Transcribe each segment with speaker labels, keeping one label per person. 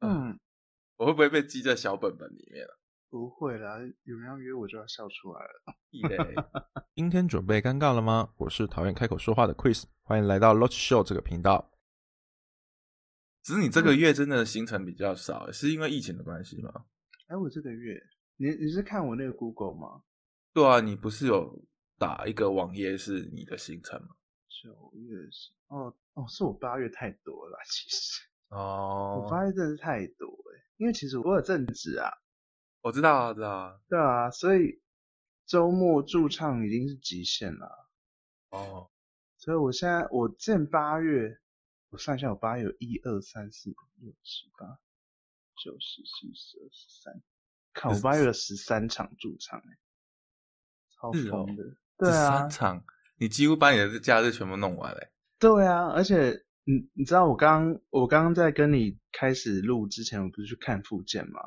Speaker 1: 嗯，
Speaker 2: 我会不会被记在小本本里面啊？
Speaker 1: 不会啦，有人要约我就要笑出来了。
Speaker 2: 异类，
Speaker 3: 今天准备尴尬了吗？我是讨厌开口说话的 Chris，欢迎来到 Lot Show 这个频道。
Speaker 2: 只是你这个月真的行程比较少，是因为疫情的关系吗？
Speaker 1: 哎，我这个月，你你是看我那个 Google 吗？
Speaker 2: 对啊，你不是有打一个网页是你的行程吗？
Speaker 1: 九月是哦哦，是我八月太多了啦，其实我
Speaker 2: 哦，
Speaker 1: 八月真的是太多哎、因为其实我有正职啊，
Speaker 2: 我知道啊，知道啊。
Speaker 1: 对啊，所以周末驻唱已经是极限了，
Speaker 2: 哦，
Speaker 1: 所以我现在我正八月，我算一下，我八月有一二三四五六七八九十十一十二十三，看我八月有十三场驻唱哎、超
Speaker 2: 是哦
Speaker 1: 疯的，
Speaker 2: 这
Speaker 1: 对啊
Speaker 2: 三，场你几乎把你的假日全部弄完嘞、
Speaker 1: 对啊，而且你你知道我刚我刚刚在跟你开始录之前，我不是去看复健吗？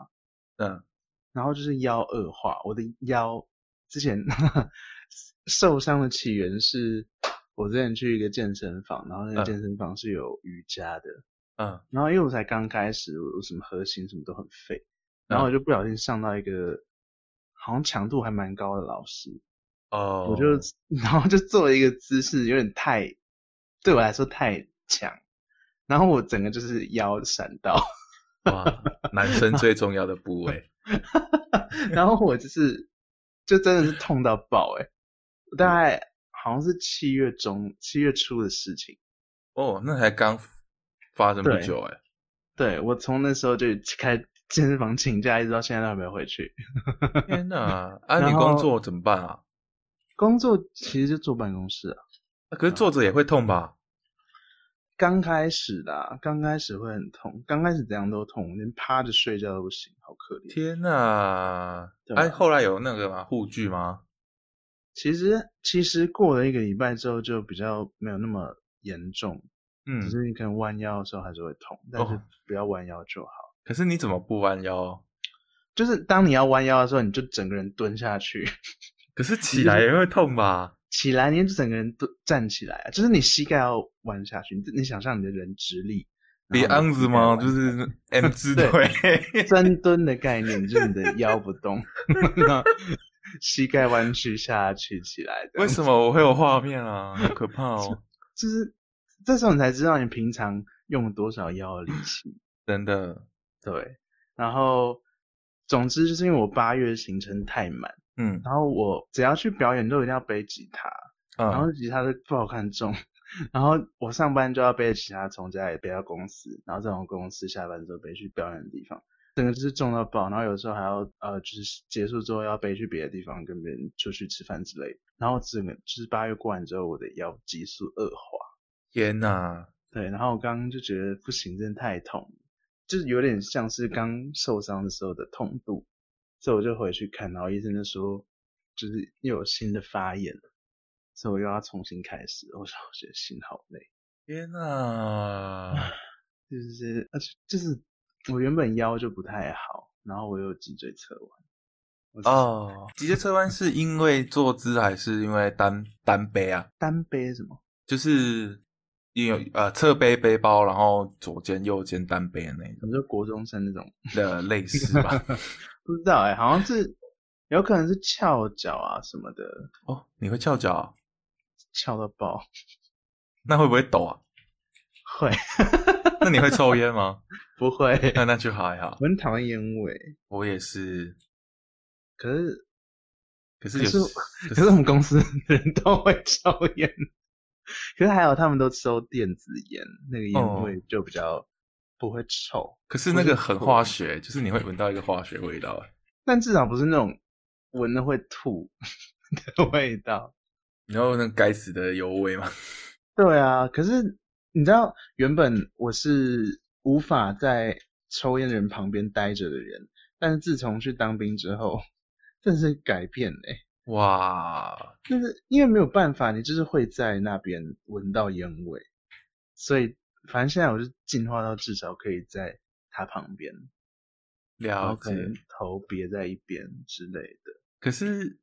Speaker 2: 嗯，
Speaker 1: 然后就是腰恶化，我的腰之前 受伤的起源是我之前去一个健身房，然后那个
Speaker 2: 嗯
Speaker 1: 健身房是有瑜伽的，
Speaker 2: 嗯，
Speaker 1: 然后因为我才刚开始，我我什么核心什么都很废，然后我就不小心上到一个好像强度还蛮高的老师，
Speaker 2: 哦，
Speaker 1: 我就 然后就做了一个姿势，有点太对我来说太强，然后我整个就是腰闪到，
Speaker 2: 哇，男生最重要的部位，
Speaker 1: 然后我就是就真的是痛到爆哎、我大概好像是七月中七月初的事情，
Speaker 2: 哦，那才刚发生不
Speaker 1: 对
Speaker 2: 久哎、
Speaker 1: 对我从那时候就开始健身房请假，一直到现在都还没回去。
Speaker 2: 天哪！啊，
Speaker 1: 然
Speaker 2: 你工
Speaker 1: 后
Speaker 2: 作怎么办啊？
Speaker 1: 工作其实就坐办公室啊，
Speaker 2: 啊可是坐着也会痛吧？
Speaker 1: 刚开始啦，刚开始会很痛，刚开始怎样都痛，连趴着睡觉都不行，好可怜。
Speaker 2: 天哪！
Speaker 1: 对
Speaker 2: 哎、
Speaker 1: 啊
Speaker 2: 后来有那个吗？护具吗？
Speaker 1: 其实其实过了一个礼拜之后就比较没有那么严重，
Speaker 2: 嗯
Speaker 1: 只，是你可能弯腰的时候还是会痛，但是
Speaker 2: 哦
Speaker 1: 不要弯腰就好。
Speaker 2: 可是你怎么不弯腰？
Speaker 1: 就是当你要弯腰的时候，你就整个人蹲下去，
Speaker 2: 可是起来也会痛吧？
Speaker 1: 起来你就整个人蹲站起来啊，就是你膝盖要弯下去，你你想象你的人直立，
Speaker 2: 比
Speaker 1: 然后
Speaker 2: 昂
Speaker 1: 你的膝
Speaker 2: 子
Speaker 1: 盖
Speaker 2: 吗？
Speaker 1: 弯
Speaker 2: 就
Speaker 1: 下去
Speaker 2: 是 M 字
Speaker 1: 对
Speaker 2: 腿。
Speaker 1: 深蹲的概念，就是你的腰不动， 然后膝盖弯曲下去起来的。
Speaker 2: 为什么我会有画面啊？好可怕哦！
Speaker 1: 就是这时候你才知道你平常用了多少腰的力气。
Speaker 2: 真的，
Speaker 1: 对，然后总之就是因为我八月行程太满，
Speaker 2: 嗯
Speaker 1: 然后我只要去表演都一定要背吉他，然
Speaker 2: 啊
Speaker 1: 后吉他都不好看重， 然后我上班就要背着吉他从家里背到公司，然后再从公司下班之后背去表演的地方，整个就是重到爆。然后有时候还要呃，就是结束之后要背去别的地方跟别人出去吃饭之类的。然后整个就是八月过完之后，我的腰急速恶化。
Speaker 2: 天哪！
Speaker 1: 对，然后我刚刚就觉得不行，真的太痛了，就是有点像是刚受伤的时候的痛度，所以我就回去看，然后医生就说，就是又有新的发炎了，所以我又要重新开始。我说我觉得心好累，
Speaker 2: 天哪！
Speaker 1: 就是而且就是我原本腰就不太好，然后我又有脊椎侧弯，我是
Speaker 2: 哦，脊椎侧弯是因为坐姿还是因为单单背啊？
Speaker 1: 单背什么？
Speaker 2: 就是你有呃侧背背包，然后左肩右肩单背的那种
Speaker 1: 你说国中生那种？
Speaker 2: 的类似 吧？
Speaker 1: 不知道哎、好像是有可能是翘脚啊什么的，
Speaker 2: 哦，你会翘脚啊、
Speaker 1: 翘到爆，
Speaker 2: 那会不会抖啊？
Speaker 1: 会
Speaker 2: 那你会抽烟吗？
Speaker 1: 不会？
Speaker 2: 那那就还好，
Speaker 1: 我很讨厌烟味，
Speaker 2: 我也是。
Speaker 1: 可是
Speaker 2: 可是有
Speaker 1: 可是可
Speaker 2: 可
Speaker 1: 是我们公司的人都会抽烟，可是还好他们都抽电子烟，那个烟味就比较不会臭，
Speaker 2: 可是那个很
Speaker 1: 啊
Speaker 2: 化学，就是你会闻到一个化学味道。哎
Speaker 1: 但至少不是那种闻了会吐的味道。
Speaker 2: 然后那该死的油味嘛，
Speaker 1: 对啊，可是你知道，原本我是无法在抽烟的人旁边待着的人，但是自从去当兵之后，真是改变嘞、
Speaker 2: 哇，
Speaker 1: 但是因为没有办法，你就是会在那边闻到烟味，所以反正现在我是进化到至少可以在他旁边，然
Speaker 2: 了
Speaker 1: 后可
Speaker 2: 解。
Speaker 1: 能头别在一边之类的。
Speaker 2: 可是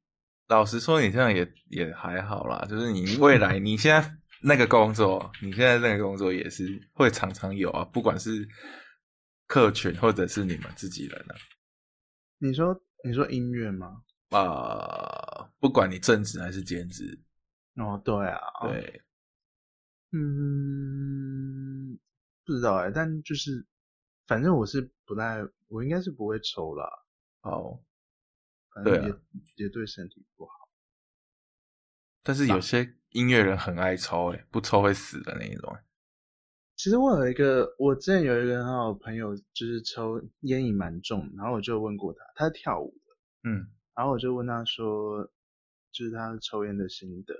Speaker 2: 老实说，你这样也也还好啦，就是你未来你现在那个工作，你现在那个工作也是会常常有啊，不管是客群或者是你们自己人
Speaker 1: 你说你说音乐吗？
Speaker 2: 啊？啊，不管你正职还是兼职，
Speaker 1: 哦，对啊，，
Speaker 2: 对，
Speaker 1: 嗯，不知道哎、但就是反正我是不太，我应该是不会抽啦，
Speaker 2: 哦，
Speaker 1: 反
Speaker 2: 对
Speaker 1: 正
Speaker 2: 啊
Speaker 1: 也、也对身体不好。
Speaker 2: 但是有些音乐人很爱抽、欸，不抽会死的那一种、欸
Speaker 1: 其实我有一个，我之前有一个很好的朋友，就是抽烟瘾蛮重，然后我就问过他，他是跳舞的，
Speaker 2: 嗯，
Speaker 1: 然后我就问他说，就是他抽烟的心得。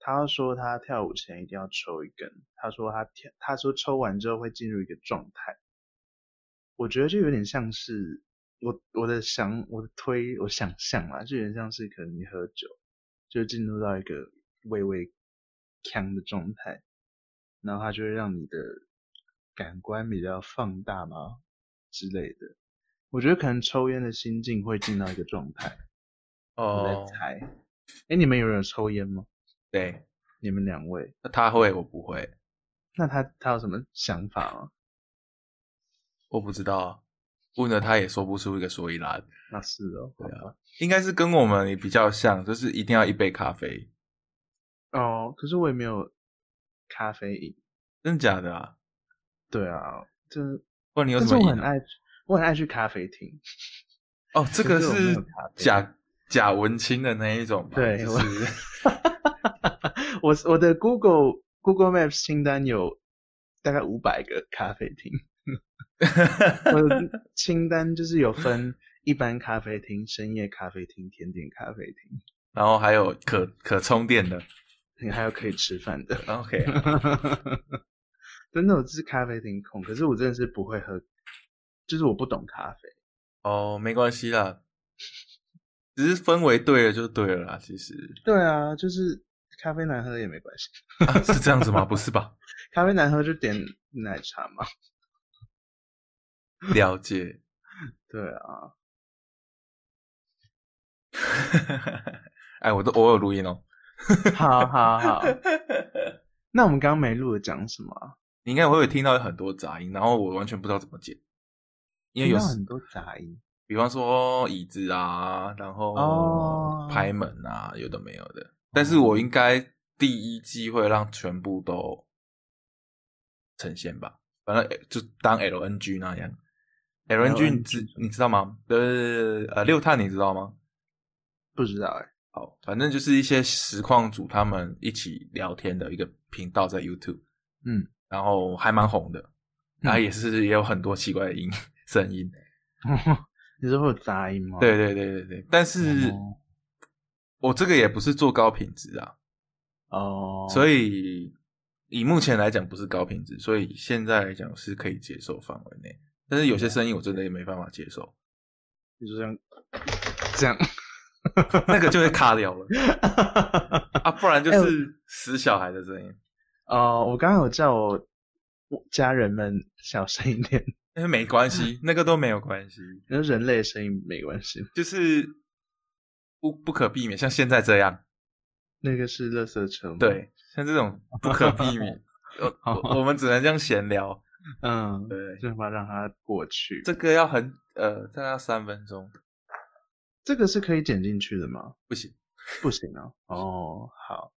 Speaker 1: 他说他跳舞前一定要抽一根，他说他跳，他说抽完之后会进入一个状态。我觉得就有点像是我我的想我的推我想象啦，就有点像是可能你喝酒，就进入到一个微微呛的状态，然后它就会让你的感官比较放大嘛之类的。我觉得可能抽烟的心境会进到一个状态，我在
Speaker 2: 哦，
Speaker 1: 猜。哎、你们有人抽烟吗？
Speaker 2: 对，
Speaker 1: 你们两位，
Speaker 2: 那他会，我不会，
Speaker 1: 那他他有什么想法吗？
Speaker 2: 我不知道，啊问了他也说不出一个所以然，
Speaker 1: 那是哦，
Speaker 2: 对啊
Speaker 1: 好吧
Speaker 2: 应该是跟我们也比较像，就是一定要一杯咖啡，
Speaker 1: 哦，可是我也没有咖啡瘾。
Speaker 2: 真的假的啊？
Speaker 1: 对啊，这
Speaker 2: 不然你有
Speaker 1: 但
Speaker 2: 什
Speaker 1: 是
Speaker 2: 么
Speaker 1: 我
Speaker 2: 瘾
Speaker 1: 很
Speaker 2: 啊、
Speaker 1: 爱，我很爱去咖啡厅。
Speaker 2: 哦，这
Speaker 1: 可
Speaker 2: 个
Speaker 1: 是我没有
Speaker 2: 是
Speaker 1: 咖啡
Speaker 2: 假假文青的那一种吧？
Speaker 1: 对
Speaker 2: 就
Speaker 1: 我
Speaker 2: 哦是
Speaker 1: 我我的 Google Google Maps 清单有大概五百个咖啡厅， 我的清单就是有分一般咖啡厅、深夜咖啡厅、甜点咖啡厅，
Speaker 2: 然后还有可可充电的
Speaker 1: 还有可以吃饭的。
Speaker 2: ，OK，
Speaker 1: 真的，我就是咖啡厅控，可是我真的是不会喝，就是我不懂咖啡。
Speaker 2: 哦，没关系啦，只是氛围对了就对了啦。其实、
Speaker 1: 对啊，就是咖啡难喝也没关系，
Speaker 2: 啊、是这样子吗？不是吧？
Speaker 1: 咖啡难喝就点奶茶嘛。
Speaker 2: 了解，
Speaker 1: 对 啊，
Speaker 2: 哎，我都我有录音哦。
Speaker 1: 好好好，那我们刚刚没录的讲什么啊？
Speaker 2: 你应该会有听到很多杂音，然后我完全不知道怎么剪，因为有
Speaker 1: 听到
Speaker 2: 时
Speaker 1: 很多杂音。
Speaker 2: 比方说椅子啊，然后
Speaker 1: 哦
Speaker 2: 拍门啊，有的没有的。但是我应该第一季会让全部都呈现吧，反正诶就当 LNG 那样。LNG 你知你知道吗？呃呃，六探你知道吗？
Speaker 1: 不知道哎、
Speaker 2: 好，反正就是一些实况组他们一起聊天的一个频道在 YouTube，
Speaker 1: 嗯，
Speaker 2: 然后还蛮红的，然后也是也有很多奇怪的音 声音。
Speaker 1: 你说会有杂音吗？
Speaker 2: 对，对对对对，但是
Speaker 1: 哦
Speaker 2: 我这个也不是做高品质啊，
Speaker 1: 哦，
Speaker 2: 所
Speaker 1: 以
Speaker 2: 以以目前来讲不是高品质，所以现在来讲是可以接受范围内。但是有
Speaker 1: 哦
Speaker 2: 些声音我真的也没办法接受，
Speaker 1: 你说这样，这样，
Speaker 2: 那个就会卡掉了啊，不然就
Speaker 1: 哎我
Speaker 2: 是死小孩的声音，
Speaker 1: 哦，我刚刚有叫我我家人们小声一点，
Speaker 2: 但是没关系，那个都没有关系，
Speaker 1: 你说人类的声音没关系，
Speaker 2: 就是不不可避免，像现在这样，
Speaker 1: 那个是垃圾车吗？，
Speaker 2: 对，像这种不可避 免，
Speaker 1: 哦
Speaker 2: 我我我们只能这样闲聊，
Speaker 1: 嗯，
Speaker 2: 对，
Speaker 1: 就把它让它过去。
Speaker 2: 这个要很呃，大概要三分钟，
Speaker 1: 这个是可以剪进去的吗？
Speaker 2: 不行。
Speaker 1: 不行啊。哦，好，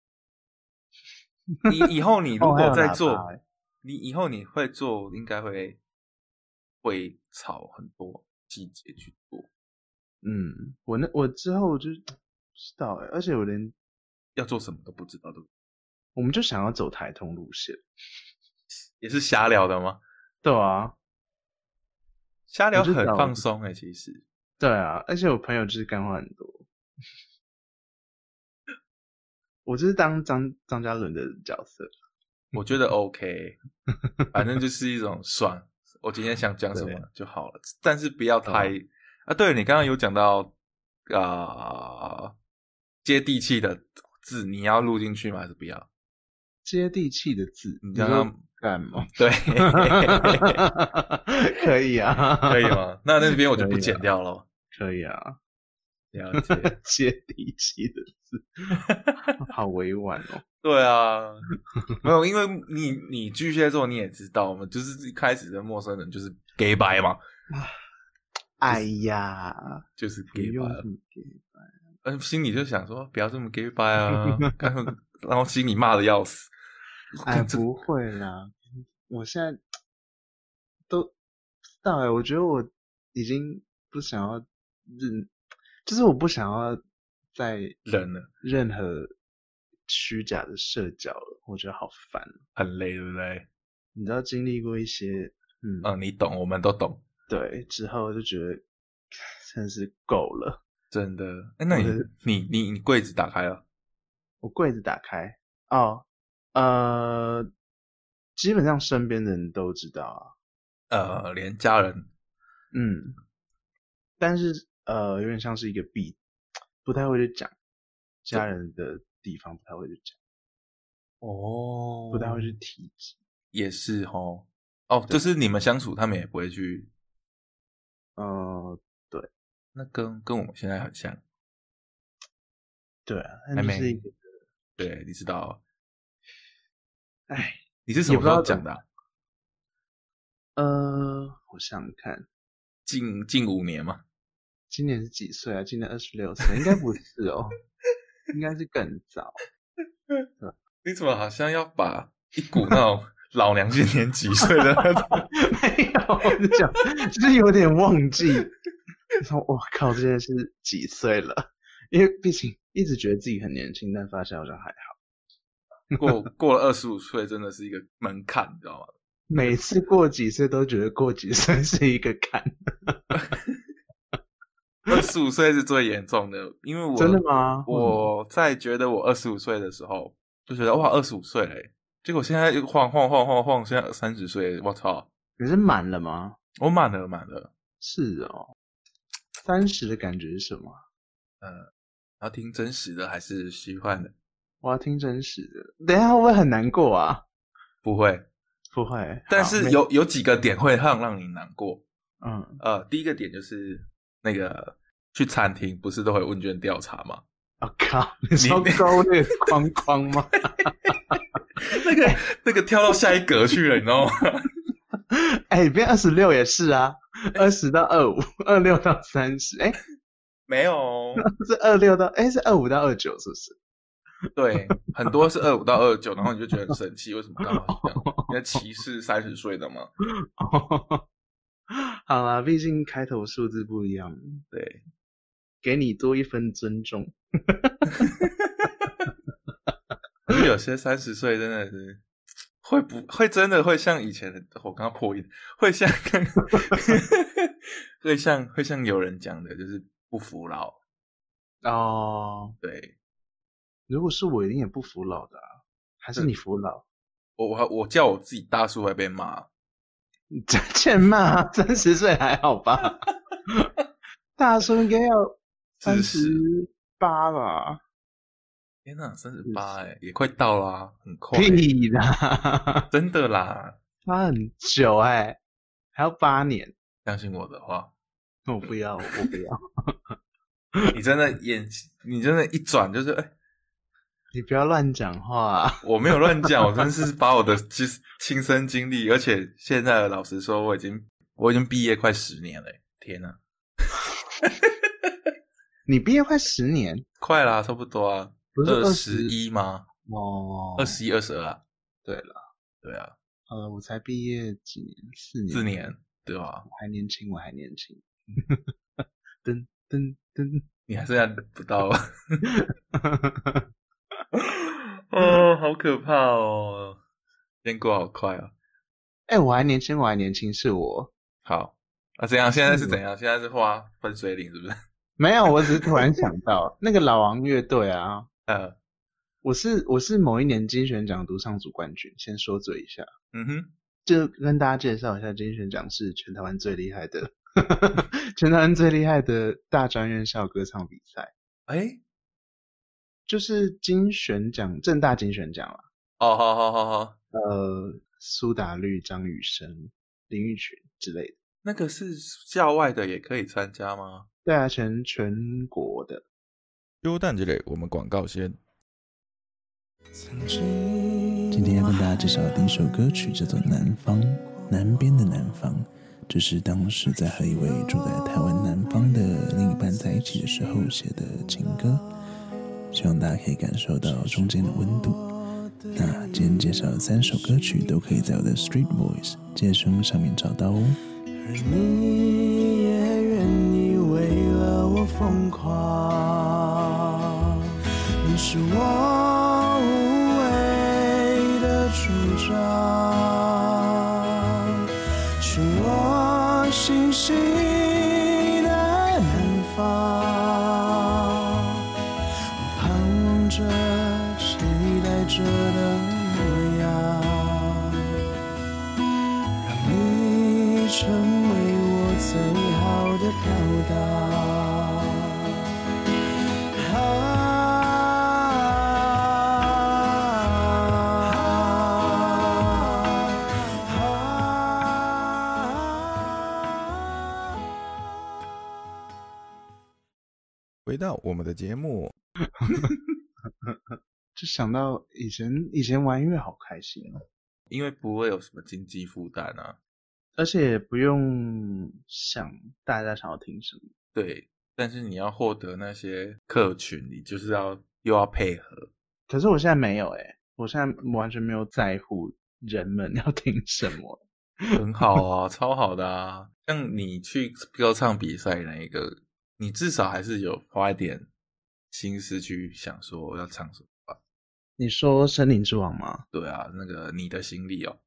Speaker 2: 你以后你 如
Speaker 1: 哦还
Speaker 2: 果
Speaker 1: 有
Speaker 2: 在
Speaker 1: 喇
Speaker 2: 做，
Speaker 1: 叭欸
Speaker 2: 你以后你会做，应该会会炒很多细节去做，
Speaker 1: 嗯，我那我之后就不知道哎、而且我连
Speaker 2: 要做什么都不知道的，
Speaker 1: 我们就想要走台通路线，
Speaker 2: 也是瞎聊的吗？
Speaker 1: 对啊，
Speaker 2: 瞎聊
Speaker 1: 我就
Speaker 2: 很
Speaker 1: 找
Speaker 2: 放松哎、其实
Speaker 1: 对啊，而且我朋友就是干话很多。我就是当张张嘉伦的角色，
Speaker 2: 我觉得 OK，反正就是一种爽。我今天想讲什么
Speaker 1: 对啊哦
Speaker 2: 就好了，但是不要太、啊。对你刚刚有讲到啊、呃接地气的字，你要录进去吗？还是不要？
Speaker 1: 接地气的字，
Speaker 2: 你
Speaker 1: 你
Speaker 2: 刚
Speaker 1: 说
Speaker 2: 刚
Speaker 1: 干嘛？
Speaker 2: 对，
Speaker 1: 可以啊，
Speaker 2: 可以？吗？那那边我就
Speaker 1: 可
Speaker 2: 不
Speaker 1: 以啊
Speaker 2: 剪掉了。
Speaker 1: 可以啊，
Speaker 2: 了解，
Speaker 1: 接地气的字，好委婉哦。
Speaker 2: 对 啊，没有，因为你你巨蟹座你也知道，我们就是一开始的陌生人就是 gay 白嘛，
Speaker 1: 哎呀，
Speaker 2: 就是 gay 白
Speaker 1: 用
Speaker 2: 啊
Speaker 1: 什。么给
Speaker 2: 嗯，心里就想说不要这么 gay 白 啊，干然后心里骂的要死。
Speaker 1: 哎，
Speaker 2: 看这
Speaker 1: 不会啦，我现在都不知道哎、我觉得我已经不想要任，就是我不想要在
Speaker 2: 人呢
Speaker 1: 任何虚假的社交了，我觉得好烦。哦
Speaker 2: 很累，对不对？
Speaker 1: 你知道经历过一些，嗯，
Speaker 2: 嗯，你懂，我们都懂，
Speaker 1: 对，之后就觉得 真是够了。
Speaker 2: 真的。哎，那你
Speaker 1: 我的
Speaker 2: 你你你柜子打开了，
Speaker 1: 我柜子打开，哦，呃，基本上身边的人都知道啊，
Speaker 2: 呃，连家人
Speaker 1: 嗯，但是呃，有点像是一个避，不太会去讲家人的地方，不太会去讲，
Speaker 2: 哦
Speaker 1: 不太会去提及。
Speaker 2: 也是哦。哦，就是你们相处，他们也不会去。
Speaker 1: 呃，
Speaker 2: 那跟跟我们现在很像，
Speaker 1: 对啊，
Speaker 2: 还
Speaker 1: 但就
Speaker 2: 没
Speaker 1: 是一个，
Speaker 2: 对，你知道，
Speaker 1: 哎，
Speaker 2: 你是什
Speaker 1: 也
Speaker 2: 么时候
Speaker 1: 不知道怎么
Speaker 2: 讲的啊、
Speaker 1: 呃，我想想看，
Speaker 2: 近近五年嘛，
Speaker 1: 今年是几岁啊？今年二十六岁，应该不是哦，应该是更早。
Speaker 2: 你怎么好像要把一 股那种老娘今年几岁的那种
Speaker 1: 没有，我就讲，就是有点忘 记。说我靠，这件事几岁了？因为毕竟一直觉得自己很年轻，但发现好像还好。
Speaker 2: 过过了二十五岁，真的是一个门槛，你知道吗？
Speaker 1: 每次过几岁都觉得过几岁是一个坎。
Speaker 2: 二十五岁是最严重的，因为我
Speaker 1: 真的吗？
Speaker 2: 我在觉得我二十五岁的时候，就觉得哇，二十五岁嘞，结果现在又晃晃晃晃晃，现在三十岁，我操，
Speaker 1: 你是满了吗？
Speaker 2: 我满了满了，
Speaker 1: 是哦。三十的感觉是什么？
Speaker 2: 要听真实的还是虚幻的？
Speaker 1: 我要听真实的。等一下会不会很难过啊？
Speaker 2: 不会，
Speaker 1: 不会。
Speaker 2: 但
Speaker 1: 好
Speaker 2: 是
Speaker 1: 没
Speaker 2: 有有几个点会让让你难过，
Speaker 1: 嗯
Speaker 2: 呃，第一个点就是那个去餐厅不是都会问卷调查吗？
Speaker 1: 我、哦靠，你说勾那个框框吗？
Speaker 2: 那个那个跳到下一格去了，你知道吗？
Speaker 1: 哎，变二十六也是啊，二十到二五，二六到三十，哎，
Speaker 2: 没有，
Speaker 1: 是二六到，哎，是二五到二九，是不是？
Speaker 2: 对，很多是二五到二九，然后你就觉得很生气，为什么干嘛这样？你在歧视三十岁的吗？
Speaker 1: 好啦，毕竟开头数字不一样，
Speaker 2: 对，
Speaker 1: 给你多一分尊重。
Speaker 2: 可是有些三十岁真的是会不会真的会像以前的，我刚刚破音，会像 会像会像有人讲的，就是不服老，
Speaker 1: 哦，
Speaker 2: 对。
Speaker 1: 如果是我，一定也不服老的、啊，还是你服老？
Speaker 2: 我我我叫我自己大叔会被骂，
Speaker 1: 你真欠骂、啊，三十岁还好吧？ 大叔应该要三
Speaker 2: 知
Speaker 1: 十
Speaker 2: 识
Speaker 1: 八吧？
Speaker 2: 天呐，三十八哎，也快到啦、很快、
Speaker 1: 屁啦，
Speaker 2: 真的啦，
Speaker 1: 他很久哎、还要八年。
Speaker 2: 相信我的话，
Speaker 1: 我不要，我不要，
Speaker 2: 你真的眼，你真的一转就是，哎、
Speaker 1: 你不要乱讲话、
Speaker 2: 我没有乱讲，我真是把我的亲亲身经历，而且现在老实说，我已经我已经毕业快十年了欸，天呐，
Speaker 1: 你毕业快十年，
Speaker 2: 快啦，差不多啊，
Speaker 1: 不是
Speaker 2: 十一吗？
Speaker 1: 哦，
Speaker 2: 二。十一、二十二啊，
Speaker 1: 对了，
Speaker 2: 对啊，
Speaker 1: 呃，我才毕业几年，四年，
Speaker 2: 四，年，对啊吧
Speaker 1: 我？还年轻，我还年轻。 噔噔噔，
Speaker 2: 你还剩下 不到， 哦，好可怕哦，时间过好快哦。
Speaker 1: 哎、我还年轻，我还年轻，是我
Speaker 2: 好，啊，怎样？现在
Speaker 3: 嗯
Speaker 2: 是
Speaker 1: 是
Speaker 2: 怎样？现在是画分水岭，是不是？
Speaker 1: 没有，我只是突然想到那个老王乐队啊，
Speaker 2: 呃，
Speaker 1: 我是我是某一年金选奖独唱组冠军，先说嘴一下，
Speaker 2: 嗯哼，
Speaker 1: 就跟大家介绍一下，金选奖是全台湾最厉害的， 全台湾最厉害的大专院校歌唱比赛。
Speaker 2: 哎、
Speaker 1: 就是金选奖，正大金选奖啦，
Speaker 2: 哦，好好好好，
Speaker 1: 呃，苏打绿、张雨生、林育群之类的。
Speaker 2: 那个是校外的也可以参加吗？
Speaker 1: 对啊，全全国的。
Speaker 3: 优蛋这类我们广告先。
Speaker 4: 今天要跟大家介绍的第一首歌曲叫做《南方》，南边的南方，这是当时在和一位住在台湾南方的另一半在一起的时候写的情歌，希望大家可以感受到中间的温度。那今天介绍的三首歌曲都可以在我的 Street Voice 健身上面找到哦。
Speaker 5: 而你也愿意为了我疯狂，你是我无畏的主张，是我信心的南方，我盼望着期待着的模样。让你成为我最好的飘荡。啊啊
Speaker 3: 回到我们的节目，
Speaker 1: 就想到以前以前玩音乐好开心哦，
Speaker 2: 因为不会有什么经济负担啊。
Speaker 1: 而且也不用想大家想要听什么。
Speaker 2: 对，但是你要获得那些客群，你就是要又要配合。
Speaker 1: 可是我现在没有哎、我现在完全没有在乎人们要听什么。
Speaker 2: 很好啊，超好的啊！像你去歌唱比赛那一个，你至少还是有花一点心思去想说要唱什么吧。
Speaker 1: 你说《森林之王》吗？
Speaker 2: 对啊，那个你的行李哦，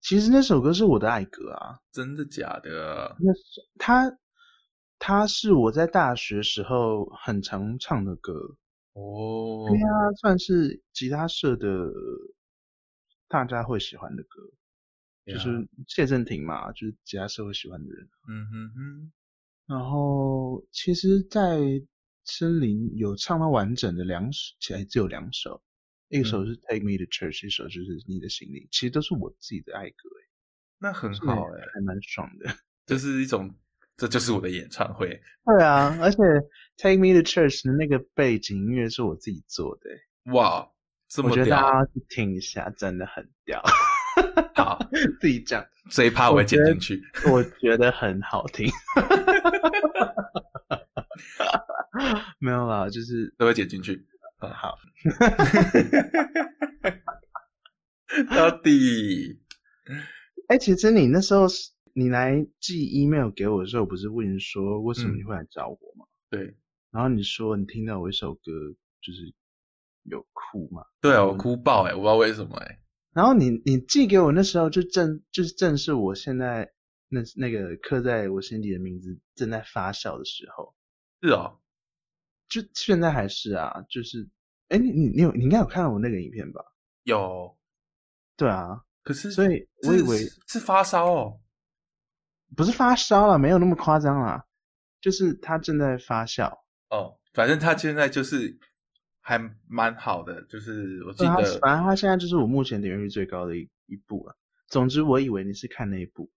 Speaker 1: 其实那首歌是我的爱歌啊，
Speaker 2: 真的假的？
Speaker 1: 那是它它是我在大学时候很常唱的歌，
Speaker 2: 哦
Speaker 1: 对啊，算是吉他社的大家会喜欢的歌，就是谢振廷嘛，就是吉他社会喜欢的人。
Speaker 2: 嗯哼哼，
Speaker 1: 然后其实，在森林有唱到完整的两首，其实只有两首，一首是《Take Me to Church》，一首就是《你的行李》，其实都是我自己的爱歌，
Speaker 2: 那很
Speaker 1: 欸
Speaker 2: 好哎、
Speaker 1: 还蛮爽的。
Speaker 2: 就是一种这就是我的演唱会，
Speaker 1: 对啊，而且《Take Me to Church》的那个背景音乐是我自己做的欸、
Speaker 2: 哇，这
Speaker 1: 我
Speaker 2: 么
Speaker 1: 觉得啊大
Speaker 2: 屌，
Speaker 1: 家去听一下，真的很屌。
Speaker 2: 好，
Speaker 1: 自己讲，
Speaker 2: 这一趴我会剪
Speaker 1: 我觉得
Speaker 2: 进 去。
Speaker 1: 我觉得很好听。没有啦，就是呃
Speaker 2: 都会剪进去。啊，
Speaker 1: 好，
Speaker 2: 到底
Speaker 1: 哎、其实你那时候是你来寄 email 给我的时候，不是问你说为什么
Speaker 2: 嗯
Speaker 1: 你会来找我吗？
Speaker 2: 对
Speaker 1: 然后你说你听到我一首歌就是有哭嘛，
Speaker 2: 对啊，我哭爆哎、我不知道为什么哎、
Speaker 1: 然后你你寄给我那时候就正就是正是我现在那那个刻在我心底的名字正在发酵的时候，
Speaker 2: 是哦，
Speaker 1: 就现在还是啊，就是哎、你你你有你应该有看到我那个影片吧？
Speaker 2: 有，
Speaker 1: 对啊，
Speaker 2: 可是
Speaker 1: 所以我以为
Speaker 2: 是是发烧哦，
Speaker 1: 不是发烧了，没有那么夸张啦，就是它正在发酵。
Speaker 2: 哦，反正他现在就是还蛮好的，啊就是我记
Speaker 1: 对他，
Speaker 2: 得
Speaker 1: 反正他现在就是我目前点阅率最高的一一部了、总之，我以为你是看那一部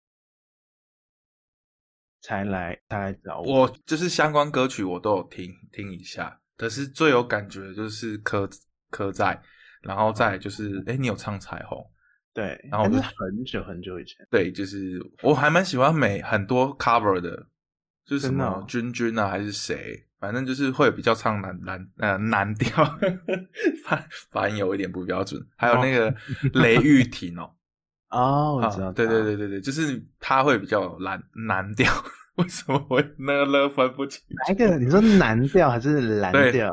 Speaker 1: 才来才来找我。
Speaker 2: 我就是相关歌曲我都有听听一下，可是最有感觉的就是科科在，然后再来就是哎，你有唱彩虹。
Speaker 1: 对，
Speaker 2: 然后我
Speaker 1: 但是
Speaker 2: 就
Speaker 1: 很久很久以前，
Speaker 2: 对，就是我还蛮喜欢美很多 cover 的，就是什
Speaker 1: 真的
Speaker 2: 么
Speaker 1: 哦
Speaker 2: 君君啊，还是谁，反正就是会比较唱男男呃男 调，发发音有一点不标准。还有那个雷玉婷哦，
Speaker 1: 哦，我
Speaker 2: 啊
Speaker 1: 知道、
Speaker 2: 对对，对对对，就是他会比较男男调。 为什么我那个了分不清？
Speaker 1: 哪一个？你说男调还是蓝
Speaker 2: 对
Speaker 1: 调？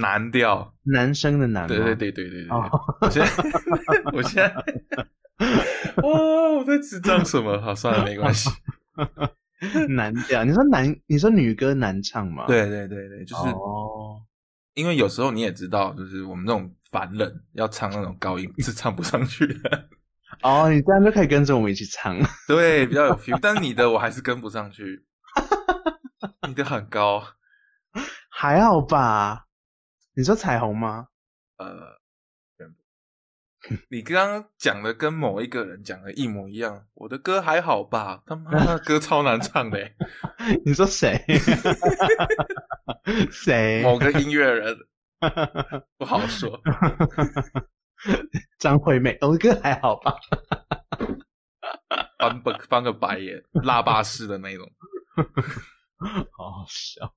Speaker 2: 男调，
Speaker 1: 男生的男吗？
Speaker 2: 对对对对对对。
Speaker 1: 哦
Speaker 2: 我现在我现在，哇，我在智障什么？好，算了，没关系。
Speaker 1: 对，男调。你说男，你说女歌男唱吗？，
Speaker 2: 对对对对，就是
Speaker 1: 哦，
Speaker 2: 因为有时候你也知道，就是我们这种凡人要唱那种高音是唱不上去的，
Speaker 1: 哦，你这样就可以跟着我们一起唱。
Speaker 2: 对，比较有 feel。但是你的我还是跟不 上去，你的很高，
Speaker 1: 还好吧？你说彩虹吗？
Speaker 2: 呃，全部。你刚刚讲的跟某一个人讲的一模一样，我的歌还好吧？他妈的歌超难唱的欸、
Speaker 1: 你说 谁？谁？
Speaker 2: 某个音乐人不好说。
Speaker 1: 张惠妹，我的歌还好吧？
Speaker 2: 翻个翻个白眼，腊八式的那种，
Speaker 1: 好好笑。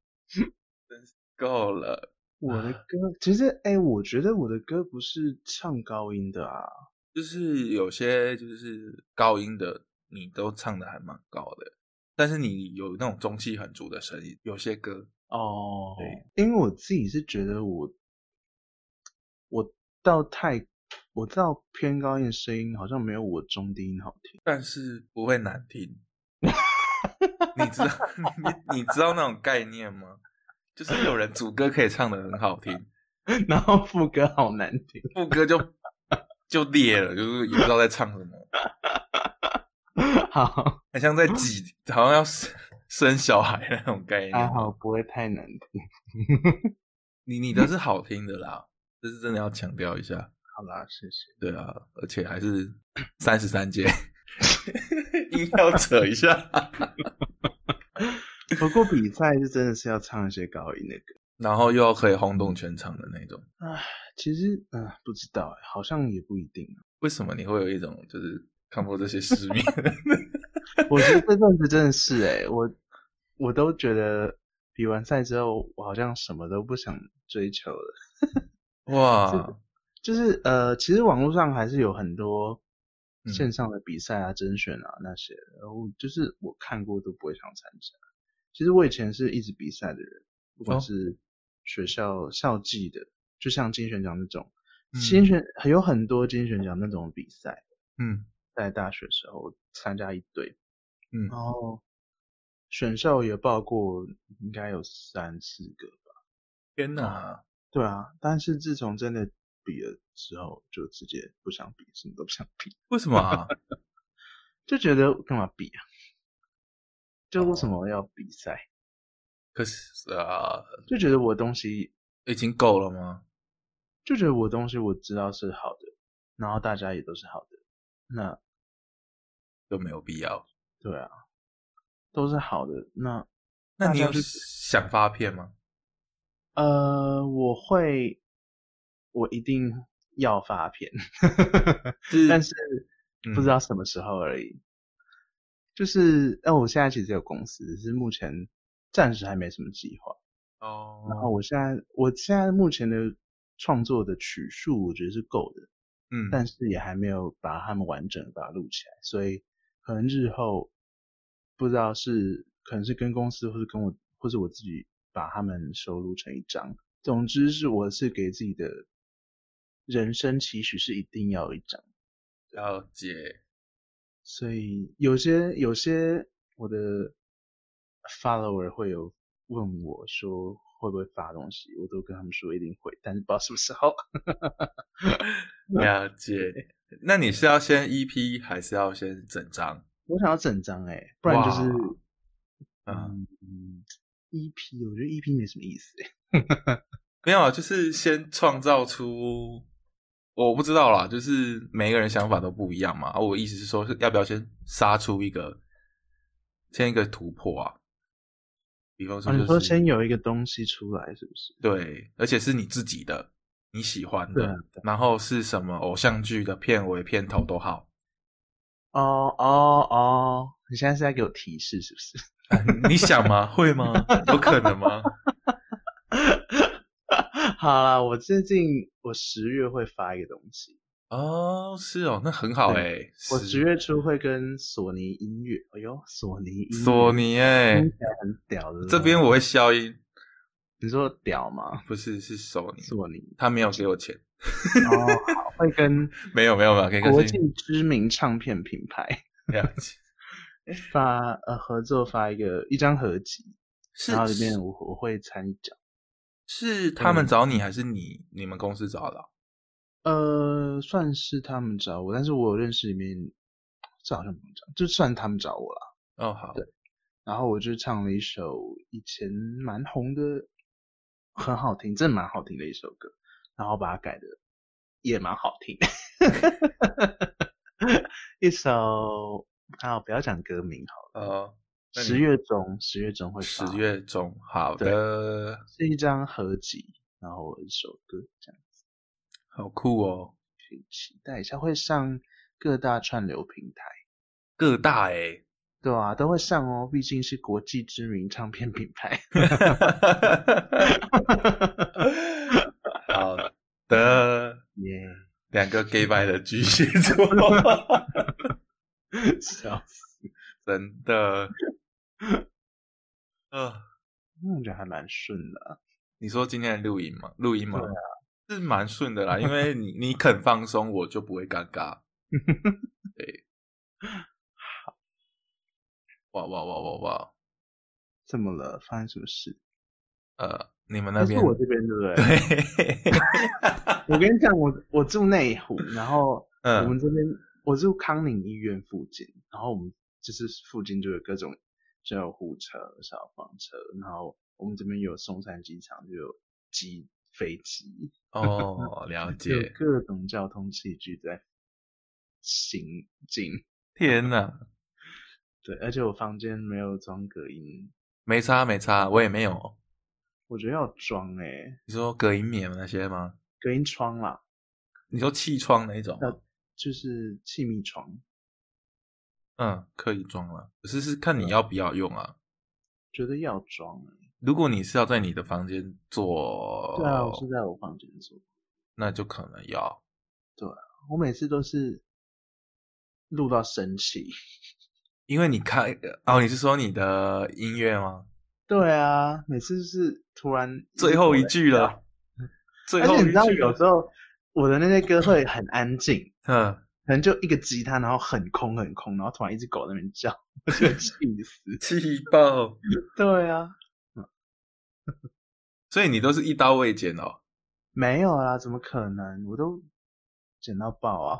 Speaker 2: 够了。
Speaker 1: 我的歌其实，哎、我觉得我的歌不是唱高音的啊，
Speaker 2: 就是有些就是高音的，你都唱的还蛮高的，但是你有那种中气很足的声音，有些歌
Speaker 1: 哦
Speaker 2: 对，
Speaker 1: 因为我自己是觉得我，我到太，我到偏高音的声音好像没有我中低音好听。
Speaker 2: 但是不会难听。你知道 你你知道那种概念吗？就是有人主歌可以唱的很好听，
Speaker 1: 然后副歌好难听，
Speaker 2: 副歌就就裂了，就是也不知道在唱什么，
Speaker 1: 好，
Speaker 2: 很像在挤，好像要生生小孩那种概念。
Speaker 1: 还好不会太难听。
Speaker 2: 你你的是好听的啦，这是真的要强调一下。
Speaker 1: 好啦，谢谢。
Speaker 2: 对啊，而且还是三十三阶， 硬要扯一下。
Speaker 1: 不过比赛是真的是要唱一些高音的歌，
Speaker 2: 然后又可以轰动全场的那种。
Speaker 1: 其实嗯、呃不知道、欸，好像也不一定、啊。
Speaker 2: 为什么你会有一种就是看破这些失 眠？
Speaker 1: 我觉得这阵子真的是哎、我我都觉得比完赛之后，我好像什么都不想追求了。
Speaker 2: 哇，
Speaker 1: 就是呃，其实网络上还是有很多
Speaker 2: 嗯
Speaker 1: 线上的比赛啊、甄选啊那些，然后就是我看过都不会想参加。其实我以前是一直比赛的人，不管
Speaker 2: 哦
Speaker 1: 是学校校际的，就像金选奖那种，
Speaker 2: 嗯
Speaker 1: 金选有很多金选奖那种比赛，
Speaker 2: 嗯
Speaker 1: 在大学时候参加一堆，
Speaker 2: 嗯
Speaker 1: 然后选校也报过，应该有三四个吧。哦
Speaker 2: 天哪！
Speaker 1: 对啊，但是自从真的比了之后，就直接不想比，什么都不想比，
Speaker 2: 为什么啊？
Speaker 1: 就觉得干嘛比啊？就为什么要比赛？
Speaker 2: 可是啊，
Speaker 1: 就觉得我东西，
Speaker 2: 已经够了吗？
Speaker 1: 就觉得我东西我知道是好的，然后大家也都是好的，那
Speaker 2: 就没有必要。
Speaker 1: 对啊，都是好的。那
Speaker 2: 那你
Speaker 1: 大家
Speaker 2: 有
Speaker 1: 就
Speaker 2: 想发片吗？
Speaker 1: 呃，我会，我一定要发片，但是
Speaker 2: 嗯
Speaker 1: 不知道什么时候而已。就是，那、我现在其实有公司，只是目前暂时还没什么计划。
Speaker 2: 哦
Speaker 1: 然后我现在，我现在目前的创作的曲数，我觉得是够的，
Speaker 2: 嗯，
Speaker 1: 但是也还没有把它们完整地把它录起来，所以可能日后不知道是可能是跟公司，或是跟我，或是我自己把它们收录成一张。总之是我是给自己的人生期许是一定要有一张。
Speaker 2: 了解。
Speaker 1: 所以有些有些我的 follower 会有问我说会不会发东西，我都跟他们说一定会，但是不知道什么时候。
Speaker 2: 了解。那你是要先 EP 还是要先整张？
Speaker 1: 我想要整张哎、不然就是
Speaker 2: 啊、嗯，
Speaker 1: 嗯嗯 EP，我觉得 EP 没什么意思、欸。
Speaker 2: 没有啊，就是先创造出，我不知道啦，就是每个人想法都不一样嘛。啊我意思是说，是要不要先杀出一个，先一个突破啊？比方
Speaker 1: 啊，
Speaker 2: 说、就是
Speaker 1: 你说先有一个东西出来是不是？
Speaker 2: 对，而且是你自己的，你喜欢的，
Speaker 1: 对啊
Speaker 2: 然后是什么偶像剧的片尾、片头 都好。
Speaker 1: 哦哦哦，你现在是在给我提示是不是？
Speaker 2: 你想吗？会吗？有可能吗？
Speaker 1: 好啦，我最近我十月会发一个东西，
Speaker 2: 哦，是哦，那很好哎、欸。
Speaker 1: 我
Speaker 2: 是
Speaker 1: 十月初会跟索尼音乐，哎呦，索尼音乐
Speaker 2: 索尼哎、
Speaker 1: 听起来很屌的。
Speaker 2: 这边我会消音，
Speaker 1: 你说屌吗？
Speaker 2: 不是是索尼，
Speaker 1: 索 尼
Speaker 2: 他没有给我钱，
Speaker 1: 哦，好会跟
Speaker 2: 没有没 有没有，可以
Speaker 1: 国
Speaker 2: 跟
Speaker 1: 际
Speaker 2: 进
Speaker 1: 知名唱片品牌
Speaker 2: 了解。
Speaker 1: 发呃合作发一个一张合集，
Speaker 2: 是
Speaker 1: 然后里面我我会参与角，
Speaker 2: 是他
Speaker 1: 嗯
Speaker 2: 们找你还是你你们公司找的啊、
Speaker 1: 呃，算是他们找我，但是我认识里面这好像不能讲，就算他们找我了。
Speaker 2: 哦好，
Speaker 1: 然后我就唱了一首以前蛮红的，很好听，真的蛮好听的一首歌，然后把它改的也蛮好听。 一首啊，不要讲歌名好
Speaker 2: 呃，
Speaker 1: 了，
Speaker 2: 那你
Speaker 1: 十月中，十月中会
Speaker 2: 十
Speaker 1: 发，
Speaker 2: 月中，好的，
Speaker 1: 是一张合集，然后一首歌，这样
Speaker 2: 好酷哦。
Speaker 1: 可以期待一下，会上各大串流平台。
Speaker 2: 各大哎、
Speaker 1: 对啊，都会上哦，毕竟是国际知名唱片品 牌。
Speaker 2: 好的，
Speaker 1: 耶、
Speaker 2: 两个 gay 白的巨蟹座，
Speaker 1: 笑死！
Speaker 2: 真的， 呃，
Speaker 1: 那我觉得还蛮顺的啊、
Speaker 2: 你说今天的录音吗？录音吗？
Speaker 1: 对啊
Speaker 2: 是蛮顺的啦，因为你你肯放松，我就不会尴 尬。对，哇哇哇哇哇！
Speaker 1: 怎么了？发生什么事？
Speaker 2: 呃，你们那
Speaker 1: 那是
Speaker 2: 边
Speaker 1: 我这边对不对？
Speaker 2: 对，
Speaker 1: 我跟你讲，我我住内湖，然后我们
Speaker 2: 嗯
Speaker 1: 这边我住康宁医院附近，然后我们就是附近就有各种就有护车、消防车，然后我们这边有松山机场就有机飞机，
Speaker 2: 哦，了
Speaker 1: 就有
Speaker 2: 解。
Speaker 1: 各种交通器具在行进。
Speaker 2: 天哪，
Speaker 1: 对，而且我房间没有装隔音，
Speaker 2: 没差没差，我也没有。
Speaker 1: 我觉得要装哎、
Speaker 2: 你说隔音棉那些吗？
Speaker 1: 隔音窗啦，
Speaker 2: 你说气窗那一种吗？
Speaker 1: 要就是气密窗，
Speaker 2: 嗯，可以装了，可是是看你要不要用啊。
Speaker 1: 觉得要装、欸。
Speaker 2: 如果你是要在你的房间做，
Speaker 1: 对啊，我是在我房间做。
Speaker 2: 那就可能要。
Speaker 1: 我每次都是录到生气。
Speaker 2: 因为你开哦，你是说你的音乐
Speaker 1: 嗯
Speaker 2: 吗？
Speaker 1: 对啊，每次就是突然
Speaker 2: 最后一，句了， 最
Speaker 1: 啊而
Speaker 2: 后
Speaker 1: 且你
Speaker 2: 一
Speaker 1: 知道
Speaker 2: 句
Speaker 1: 有
Speaker 2: 了
Speaker 1: 时，候我的那些歌会很安静，
Speaker 2: 嗯，
Speaker 1: 可能就一个吉他，然后很空很空，然后突然一只狗在那边叫，我就气死。
Speaker 2: 气爆！
Speaker 1: 对啊，
Speaker 2: 所以你都是一刀未剪哦。
Speaker 1: 没有啦，怎么可能？我都剪到爆啊！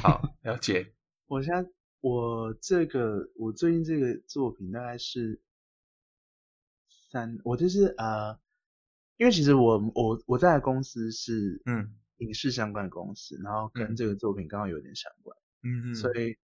Speaker 2: 好， 了解。
Speaker 1: 我现在我这个我最近这个作品大概是三，我就是呃，因为其实我我我在的公司是
Speaker 2: 嗯
Speaker 1: 影视相关的公司，然后
Speaker 2: 嗯
Speaker 1: 跟这个作品刚好有点相关，
Speaker 2: 嗯嗯，
Speaker 1: 所以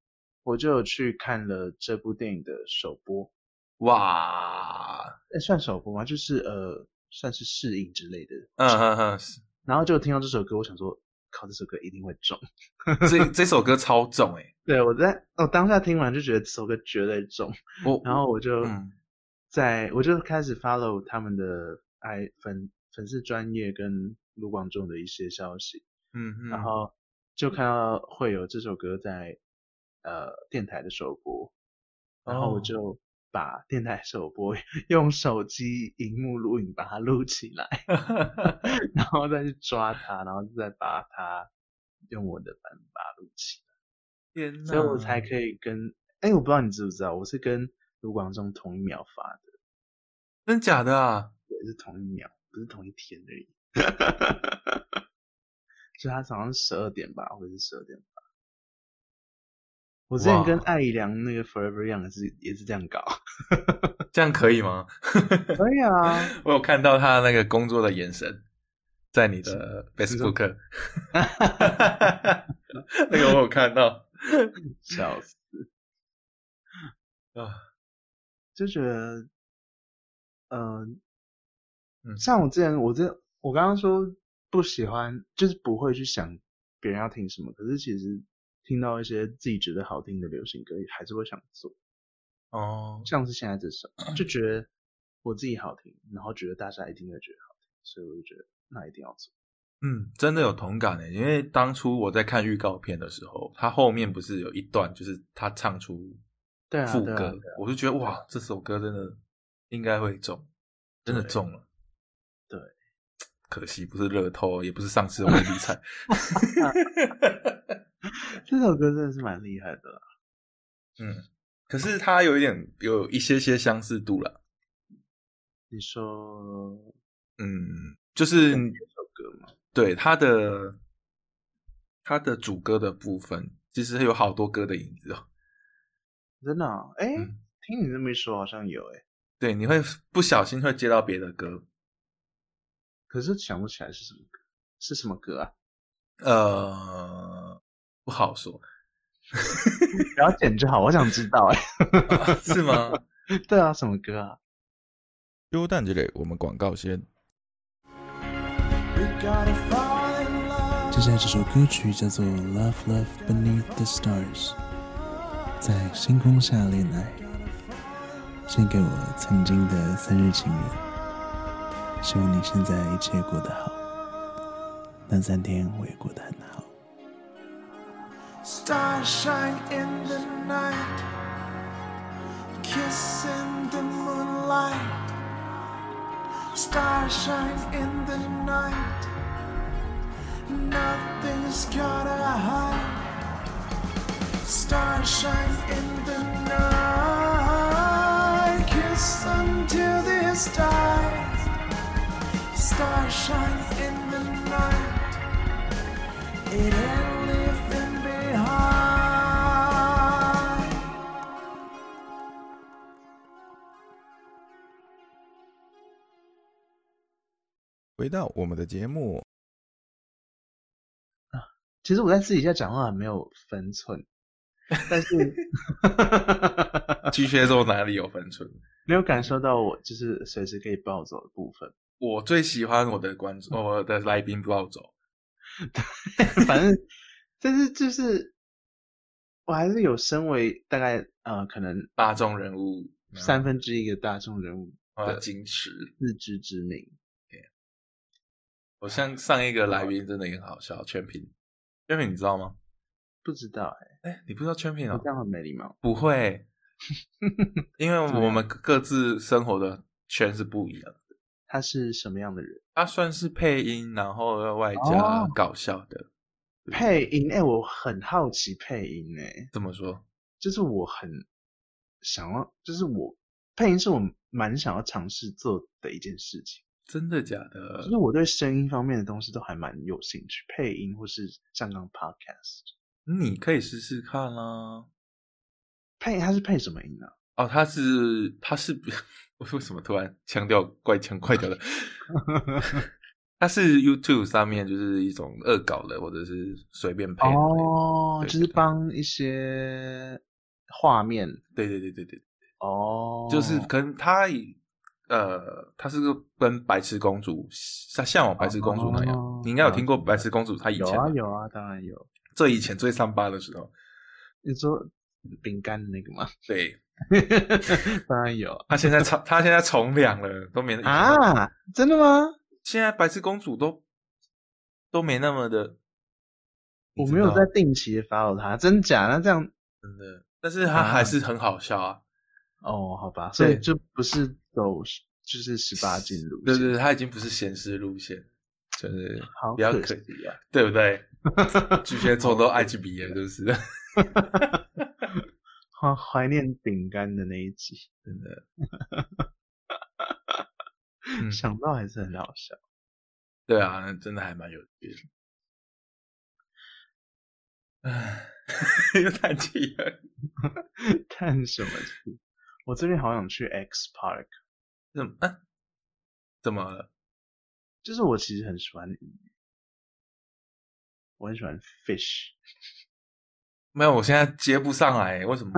Speaker 1: 我就有去看了这部电影的首播，
Speaker 2: 哇，
Speaker 1: 诶算首播吗？就是呃，算是试映之类的。
Speaker 2: 嗯嗯嗯，是
Speaker 1: 然后就听到这首歌，我想说，靠，这首歌一定会中。
Speaker 2: 这这首歌超重哎，
Speaker 1: 对我在我当下听完就觉得这首歌绝对中，
Speaker 2: 我
Speaker 1: 然后我就
Speaker 2: 嗯
Speaker 1: 在、我就开始 follow 他们的 i 粉粉丝专业跟卢广仲的一些消息，
Speaker 2: 嗯嗯，
Speaker 1: 然后就看到会有这首歌在呃电台的首播，然后我
Speaker 2: 哦
Speaker 1: 就把电台首播 用手机荧幕录影把它录起来， 然后再去抓它，然后再把它用我的版本把它录起
Speaker 2: 天
Speaker 1: 来，
Speaker 2: 哪，
Speaker 1: 所以我才可以跟哎、我不知道你知不知道，我是跟卢广仲同一秒发的，
Speaker 2: 真假的啊？
Speaker 1: 也是同一秒，不是同一天而已。 所以他早上十二点吧，或者是十二点吧。我之前跟
Speaker 2: 哇
Speaker 1: 艾怡良那个 Forever Young 也是也是这样搞。
Speaker 2: 这样可以吗？
Speaker 1: 可以啊，
Speaker 2: 我有看到他那个工作的眼神，在你的
Speaker 1: 是说
Speaker 2: Facebook，那个我有看到
Speaker 1: 笑 死，
Speaker 2: 啊，
Speaker 1: 就觉得，呃，
Speaker 2: 嗯
Speaker 1: 像我之前我这我刚刚说不喜欢，就是不会去想别人要听什么，可是其实听到一些自己觉得好听的流行歌，也还是会想做。
Speaker 2: 哦，
Speaker 1: 像是现在这首，就觉得我自己好听，然后觉得大家一定会觉得好听，所以我就觉得那一定要做。
Speaker 2: 嗯，真的有同感诶，因为当初我在看预告片的时候，他后面不是有一段就是他唱出
Speaker 1: 对啊，
Speaker 2: 副
Speaker 1: 对啊
Speaker 2: 歌，
Speaker 1: 对啊
Speaker 2: 我就觉得哇，这首歌真的应该会中，真的
Speaker 1: 对
Speaker 2: 中了。
Speaker 1: 对，
Speaker 2: 可惜不是乐透，也不是上次的威力 彩。
Speaker 1: 这首歌真的是蛮厉害的啦。
Speaker 2: 嗯，可是它有一点有一些些相似度了。
Speaker 1: 你说
Speaker 2: 嗯，就是
Speaker 1: 这首歌吗？
Speaker 2: 对它的它的主歌的部分，其实有好多歌的影子哦。
Speaker 1: 真的、啊？哎、
Speaker 2: 嗯
Speaker 1: 听你这么一说，好像有哎、
Speaker 2: 对，你会不小心会接到别的歌。
Speaker 1: 可是想不起来是什么歌，是什么歌啊？
Speaker 2: 呃，不好 说，
Speaker 1: 不要剪就好，我想知道哎、
Speaker 2: 啊是吗？
Speaker 1: 对啊，什么歌啊？
Speaker 3: 优 蛋这里我们广告先。
Speaker 5: We gotta fall in love.
Speaker 4: 接下来这首歌曲叫做《Love Love Beneath the Stars》，在星空下恋爱，献给我曾经的三日情人。希望你现在一切过得好，那三天我也过得很好。
Speaker 5: Stars shine in the night, kiss in the moonlight. Stars shine in the night, nothing's gonna hide. Stars shine in the night, kiss until the stars. Stars shine in the night. It ain't leaving behind.
Speaker 3: “回到我们的节目，
Speaker 1: 其实我在私底下讲话很没有分寸，但是
Speaker 2: 巨蟹座哪里有分寸？
Speaker 1: 你有感受到我就是随时可以暴走的部分。
Speaker 2: 我最喜欢我的观众，我的来宾不要走。
Speaker 1: 反正，但是就是我还是有身为大概呃可能
Speaker 2: 大众人物
Speaker 1: 三
Speaker 2: 啊
Speaker 1: 分之一个大众人物
Speaker 2: 我要
Speaker 1: 的
Speaker 2: 矜持。
Speaker 1: 自知之明。
Speaker 2: 我像上一个来宾真的也很好笑，全屏，全屏你知道吗？
Speaker 1: 不知道哎、
Speaker 2: 哎，你不知道全屏
Speaker 1: 我
Speaker 2: 啊
Speaker 1: 这？样很没礼貌。
Speaker 2: 不会，因为我们各自生活的圈是不一样的。
Speaker 1: 他是什么样的人？
Speaker 2: 他算是配音，然后又外加
Speaker 1: 哦
Speaker 2: 搞笑的。
Speaker 1: 配音哎、我很好奇配音哎、
Speaker 2: 怎么说？
Speaker 1: 就是我很想要，就是我配音是我蛮想要尝试做的一件事情。
Speaker 2: 真的假的
Speaker 1: 就？是我对声音方面的东西都还蛮有兴趣，配音或是像刚刚 podcast
Speaker 2: 你可以试试看啊。
Speaker 1: 配，他是配什么音呢、
Speaker 2: 哦，他是他是我 为什么突然腔调怪腔怪调的？ 他是 YouTube 上面就是一种恶搞的，或者是随便配的。
Speaker 1: 哦，
Speaker 2: 对
Speaker 1: 就是
Speaker 2: 对
Speaker 1: 帮一些画面
Speaker 2: 对对对对对，
Speaker 1: 哦，
Speaker 2: 就是可能他呃，他是个跟白痴公主像向往白痴公主那样。
Speaker 1: 哦
Speaker 2: 你应该有听过白痴公主，她以
Speaker 1: 有
Speaker 2: 前
Speaker 1: 啊
Speaker 2: 吧
Speaker 1: 有啊，当然有。
Speaker 2: 最以前最上班的时候，
Speaker 1: 你说饼干的那个吗？
Speaker 2: 对
Speaker 1: 当然有
Speaker 2: 她现在超她现在从良了，都没那。
Speaker 1: 啊，真的吗？
Speaker 2: 现在白痴公主都都没那么的，
Speaker 1: 我
Speaker 2: 你知
Speaker 1: 没有
Speaker 2: 道
Speaker 1: 在定期 follow 他，真假？那这样
Speaker 2: 真的，但是她
Speaker 1: 啊
Speaker 2: 还是很好笑啊。
Speaker 1: 哦，好吧，所以
Speaker 2: 对
Speaker 1: 就不是走就是十八禁路
Speaker 2: 对
Speaker 1: 线，
Speaker 2: 对，对她已经不是闲时路线，就是
Speaker 1: 好
Speaker 2: 比较
Speaker 1: 可
Speaker 2: 可
Speaker 1: 惜啊。
Speaker 2: 对不对？巨蟹座
Speaker 1: 哦
Speaker 2: 都爱去比耶，是不是？
Speaker 1: 怀怀念饼干的那一集，
Speaker 2: 真 的。嗯，
Speaker 1: 想到还是很好笑。
Speaker 2: 对啊，那真的还蛮有趣的。唉， 又叹气了。
Speaker 1: 叹什么气？我最近好想去 X Park，
Speaker 2: 怎么？啊、怎么了？
Speaker 1: 就是我其实很喜欢鱼，我很喜欢 fish。
Speaker 2: 没有，我现在接不上 来，为什么？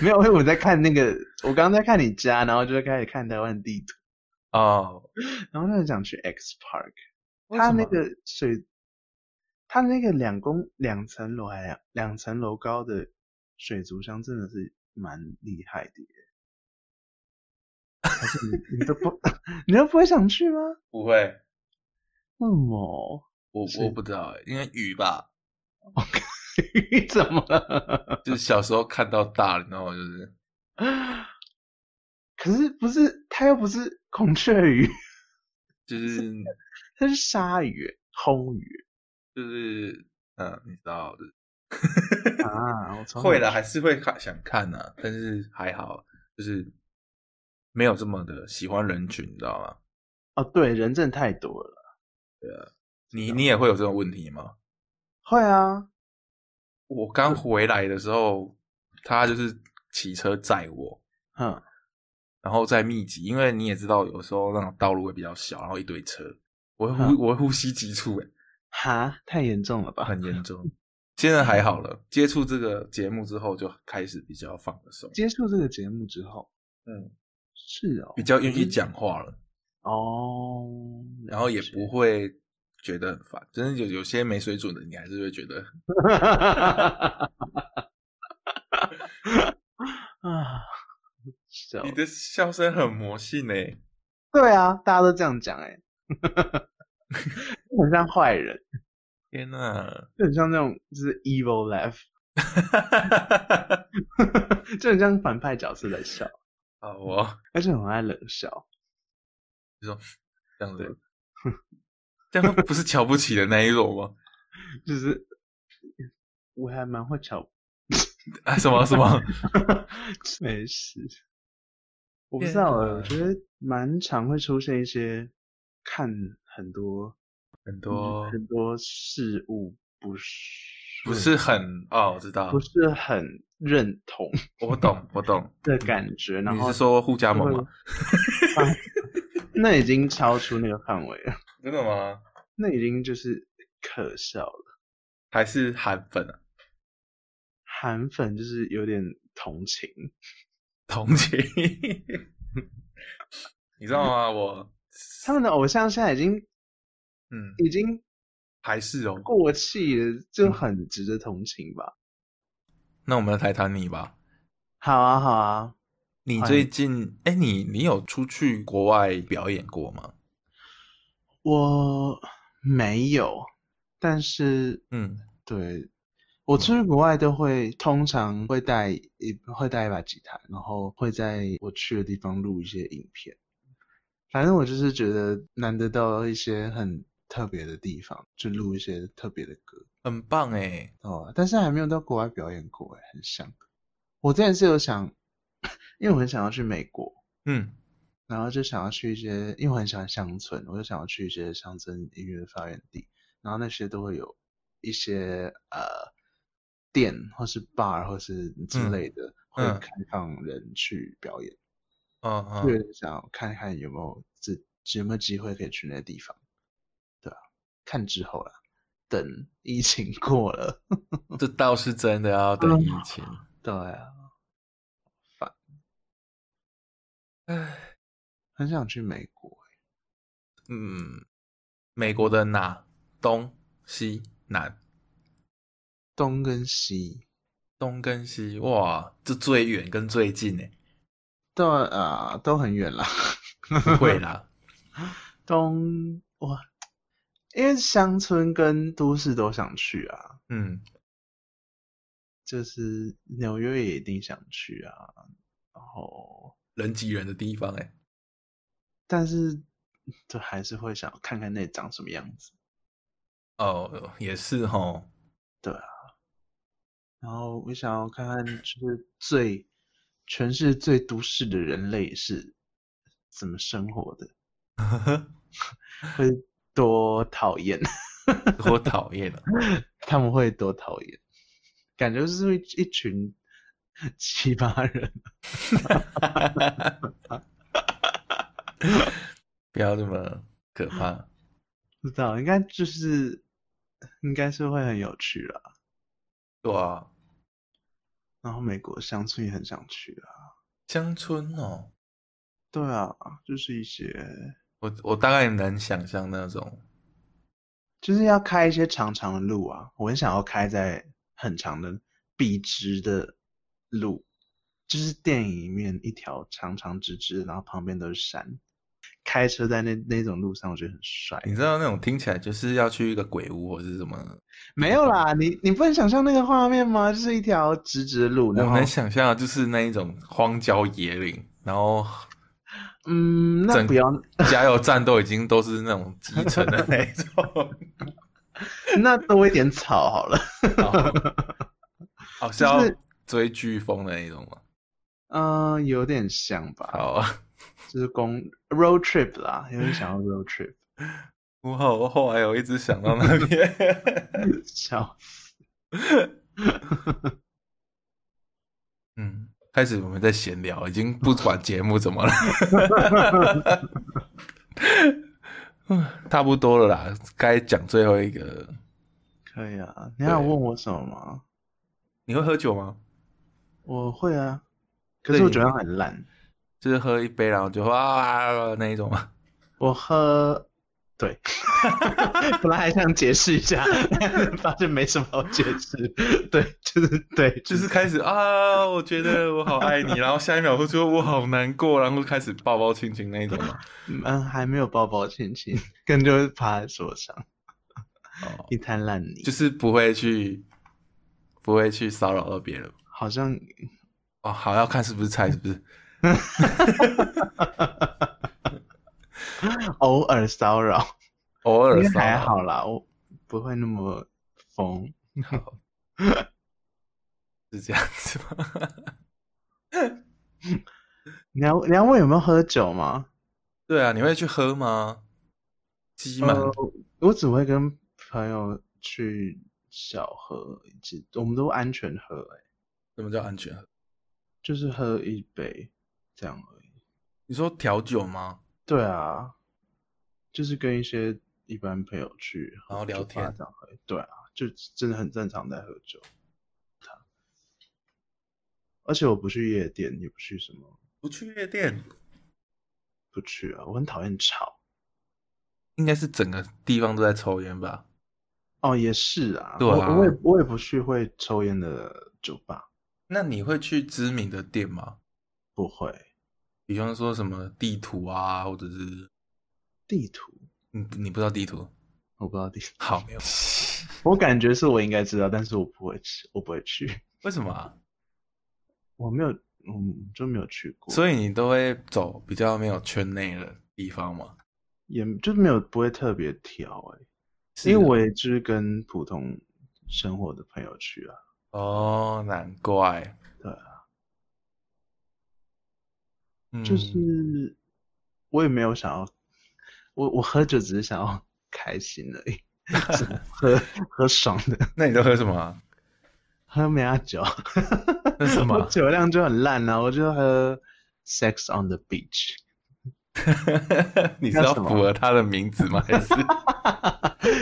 Speaker 1: 没有，因为我在看那个，我刚刚在看你家，然后就开始看台湾地图，
Speaker 2: 哦，
Speaker 1: 然后就很想去 X Park。
Speaker 2: 为
Speaker 1: 它
Speaker 2: 什
Speaker 1: 那
Speaker 2: 么
Speaker 1: 个水，它那个两公两层楼还两两层楼高的水族箱真的是蛮厉害的耶。还是你你都不 你都不会想去吗？
Speaker 2: 不会，
Speaker 1: 为什么？
Speaker 2: 我
Speaker 1: 是
Speaker 2: 我不知道，欸因为鱼吧，
Speaker 1: 你 怎么了？
Speaker 2: 就是小时候看到大了，然后就是
Speaker 1: 可是不是它又不是孔雀鱼，
Speaker 2: 就是
Speaker 1: 它是鲨鱼、红 鱼
Speaker 2: 就是嗯，你知道，就是
Speaker 1: 啊！我从
Speaker 2: 会了，还是会看想看呢、啊，但是还好，就是没有这么的喜欢人群，你知道吗？
Speaker 1: 哦，对，人真的太多了。
Speaker 2: 你
Speaker 1: 啊
Speaker 2: 你也会有这种问题吗？
Speaker 1: 会啊，
Speaker 2: 我刚回来的时候，他就是骑车载我，
Speaker 1: 哼，
Speaker 2: 然后再密集，因为你也知道，有时候那种道路会比较小，然后一堆车，我会呼、
Speaker 1: 嗯
Speaker 2: 我会呼吸急促、欸，
Speaker 1: 哈，太严重了吧？
Speaker 2: 很严 重。现在还好了，接触这个节目之后就开始比较放松，
Speaker 1: 接触这个节目之后，
Speaker 2: 嗯，
Speaker 1: 是哦，
Speaker 2: 比较愿意讲话了，
Speaker 1: 哦，
Speaker 2: 然后也
Speaker 1: 了解
Speaker 2: 不会觉得很烦。真的有有些没水准的，你还是会觉得
Speaker 1: 啊笑
Speaker 2: 你的笑声很魔性欸诶、
Speaker 1: 哦对啊，大家都这样讲哎、很像坏人，
Speaker 2: 天哪！
Speaker 1: 就很像那种就是 evil laugh，就很像反派角色在笑，
Speaker 2: 好哦，
Speaker 1: 而且很爱冷笑。
Speaker 2: 这样子， 这样不是瞧不起的那一种吗？
Speaker 1: 就是我还蛮会巧，
Speaker 2: 啊，什么什么？
Speaker 1: 没事。我不知道
Speaker 2: 天
Speaker 1: 欸，
Speaker 2: 哪
Speaker 1: 我觉得蛮常会出现一些看很多嗯
Speaker 2: 很 多
Speaker 1: 很多事物不是
Speaker 2: 不是很哦，我知道
Speaker 1: 不，是很认 同
Speaker 2: 我懂，我 懂。
Speaker 1: 的感觉，然
Speaker 2: 你
Speaker 1: 后
Speaker 2: 是说互加 盟吗？
Speaker 1: 那已经超出那个范围了，
Speaker 2: 真的吗？
Speaker 1: 那已经就是可笑了。
Speaker 2: 还是韩粉啊？
Speaker 1: 韩粉就是有点同情，
Speaker 2: 同情？你知道吗？我
Speaker 1: 他们的偶像现在已经
Speaker 2: 嗯，
Speaker 1: 已经
Speaker 2: 还是哦。
Speaker 1: 过气了，就
Speaker 2: 嗯
Speaker 1: 很值得同情吧。
Speaker 2: 那我们来谈谈你吧。
Speaker 1: 好啊，好啊，
Speaker 2: 你
Speaker 1: 哎
Speaker 2: 最近哎，你你有出去国外表演过吗？
Speaker 1: 我没有，但是
Speaker 2: 嗯，
Speaker 1: 对我出去国外都会，通常会带一会带一把吉他，然后会在我去的地方录一些影片。反正我就是觉得难得到一些很特别的地方，就录一些特别的歌。
Speaker 2: 很棒哎，
Speaker 1: 哦，但是还没有到国外表演过，哎，很想。我之前是有想， 因为我很想要去美国，
Speaker 2: 嗯，
Speaker 1: 然后就想要去一些，因为我很喜欢乡村，我就想要去一些乡村音乐发源地，然后那些都会有一些呃店或是 bar 或是之
Speaker 2: 嗯
Speaker 1: 类的、会
Speaker 2: 嗯
Speaker 1: 开放人去表演，
Speaker 2: 嗯嗯，
Speaker 1: 对，想要看看有没有这有没有机会可以去那些地方，对啊，看之后啦，等疫情 过了。
Speaker 2: 嗯这倒是真的要等疫情。
Speaker 1: 对啊，烦，唉，很想去美国欸。
Speaker 2: 嗯，美国的哪东西南
Speaker 1: 东跟西，
Speaker 2: 东跟西哇，这最远跟最近哎呢？
Speaker 1: 对啊，都很远啦。
Speaker 2: 不会 啦，
Speaker 1: 东哇，因为乡村跟都市都想去啊，
Speaker 2: 嗯，
Speaker 1: 就是纽约也一定想去啊，然后
Speaker 2: 人挤人的地方哎，
Speaker 1: 但是就还是会想看看那长什么样子。
Speaker 2: 哦，也是吼，
Speaker 1: 然后我想要看看，就是最全世界最都市的人类是怎么生活的，会多讨厌，
Speaker 2: 我讨厌了。
Speaker 1: 他们会多讨厌，感觉就是一一群 奇葩人。
Speaker 2: 不要这么可怕。
Speaker 1: 不知道，应该就是应该是会很有趣啦。
Speaker 2: 对啊，
Speaker 1: 然后美国乡村也很想去啊。
Speaker 2: 乡村哦，
Speaker 1: 对啊，就是一些
Speaker 2: 我我大概能想象那种，
Speaker 1: 就是要开一些长长的路啊，我很想要开在很长的笔直的路，就是电影里面一条长长直直，然后旁边都是山，开车在那那种路上，我觉得很帅。
Speaker 2: 你知道那种听起来就是要去一个鬼屋或是什么。
Speaker 1: 没有啦，你你不能想象那个画面吗？就是一条直直的路，然
Speaker 2: 我
Speaker 1: 后
Speaker 2: 能想象，就是那一种荒郊野岭，然后
Speaker 1: 嗯，那
Speaker 2: 整
Speaker 1: 不要，
Speaker 2: 加油站都已经都是那种集成的那一种，
Speaker 1: 那多一点草好了。
Speaker 2: 哦，是要追剧风的那一种吗？
Speaker 1: 嗯、有点像吧，
Speaker 2: 好啊，
Speaker 1: 就是公 road trip 啦，有点想要 road trip，
Speaker 2: 我好，我后来有一直想到那边，
Speaker 1: 笑
Speaker 2: 嗯，开始我们在闲聊，已经不管节目怎么了，嗯差不多了啦，该讲最后一个，
Speaker 1: 可以啊。你还有
Speaker 2: 对
Speaker 1: 问我什么吗？
Speaker 2: 你会喝酒吗？
Speaker 1: 我会啊，可是我
Speaker 2: 对
Speaker 1: 酒量很烂。
Speaker 2: 啊就是喝一杯然后就哇那一种吗？
Speaker 1: 我喝，对， 本来还想解释一下， 但发现没什么好解释。对，就是对，
Speaker 2: 就
Speaker 1: 就是
Speaker 2: 是开始啊，我觉得我好爱你，然后下一秒会说我好难过，然后开始抱抱亲亲那一种嘛。
Speaker 1: 嗯，还没有抱抱亲亲，更就是趴在桌上
Speaker 2: 哦，
Speaker 1: 一滩烂泥，
Speaker 2: 就是不会去，不会去骚扰到别人。
Speaker 1: 好像
Speaker 2: 哦，好要看是不是菜，是不是？
Speaker 1: 偶尔骚扰，
Speaker 2: 偶
Speaker 1: 因
Speaker 2: 尔
Speaker 1: 为
Speaker 2: 骚扰
Speaker 1: 还好啦，我不会那么疯。
Speaker 2: 好，是这样子吗？
Speaker 1: 你要你要问有没有喝酒吗？
Speaker 2: 对啊，你会去喝吗？鸡满、
Speaker 1: 呃我只会跟朋友去小喝，只我们都安全喝、欸，
Speaker 2: 什么叫安全？
Speaker 1: 就是喝一杯这样而已。
Speaker 2: 你说调酒吗？
Speaker 1: 对啊，就是跟一些一般朋友去，
Speaker 2: 然后聊
Speaker 1: 酒吧
Speaker 2: 天
Speaker 1: 这样喝。对啊，就真的很正常在喝酒。而且我不去夜店，也不去什么，
Speaker 2: 不去夜店，
Speaker 1: 不去啊，我很讨厌吵。
Speaker 2: 应该是整个地方都在抽烟吧？
Speaker 1: 哦，也是啊，
Speaker 2: 对啊
Speaker 1: 我我也我也不去会抽烟的酒吧，
Speaker 2: 那你会去知名的店吗？
Speaker 1: 不会。
Speaker 2: 比方说什么地图啊，或者是
Speaker 1: 地图
Speaker 2: 你你不知道地图？
Speaker 1: 我不知道地图，
Speaker 2: 好， 没有，
Speaker 1: 我感觉是我应该知道，但是我不会去，我不会去，
Speaker 2: 为什么、啊？
Speaker 1: 我没有，嗯，就没有去过，以
Speaker 2: 所以你都会走比较没有圈内的地方吗？
Speaker 1: 也就是没有不会特别挑哎、
Speaker 2: 是
Speaker 1: 因为
Speaker 2: 啊
Speaker 1: 我也就是跟普通生活的朋友去啊，
Speaker 2: 哦，难怪，
Speaker 1: 对啊，
Speaker 2: 嗯
Speaker 1: 就是我也没有想要，我我喝酒只是想要开心而已， 只喝喝爽的，
Speaker 2: 那你都喝什么啊？
Speaker 1: 喝梅亚酒，
Speaker 2: 那是什么 啊
Speaker 1: 我 酒量就很烂啊，我就喝 Sex on the Beach。
Speaker 2: 你是要
Speaker 1: 那什
Speaker 2: 符
Speaker 1: 么啊
Speaker 2: 合他的名字吗？还是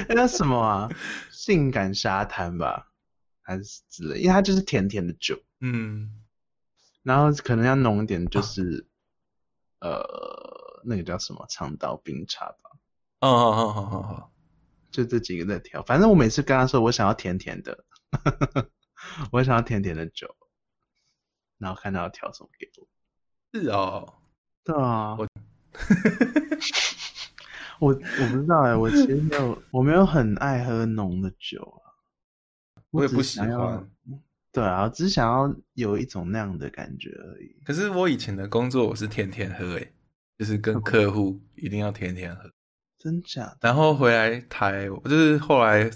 Speaker 1: 那叫什么啊？性感沙滩吧，还是之类？因为它就是甜甜的酒，
Speaker 2: 嗯，
Speaker 1: 然后可能要浓一点，就是、呃，那个叫什么长岛冰茶吧，
Speaker 2: 哦哦哦哦哦哦，
Speaker 1: 就这几个在调。反正我每次跟他说我想要甜甜的， 我想要甜甜的酒，然后看他要调什么给我。
Speaker 2: 是哦，
Speaker 1: 对啊，我 我我不知道哎、我其实没有，我没有很爱喝浓的酒啊，
Speaker 2: 我也
Speaker 1: 只
Speaker 2: 不
Speaker 1: 是
Speaker 2: 喜
Speaker 1: 想要
Speaker 2: 欢。
Speaker 1: 对啊，我只是想要有一种那样的感觉而已。
Speaker 2: 可是我以前的工作我是天天喝，诶，就是跟客户一定要天天喝。
Speaker 1: 真假的？
Speaker 2: 然后回来台，就是后来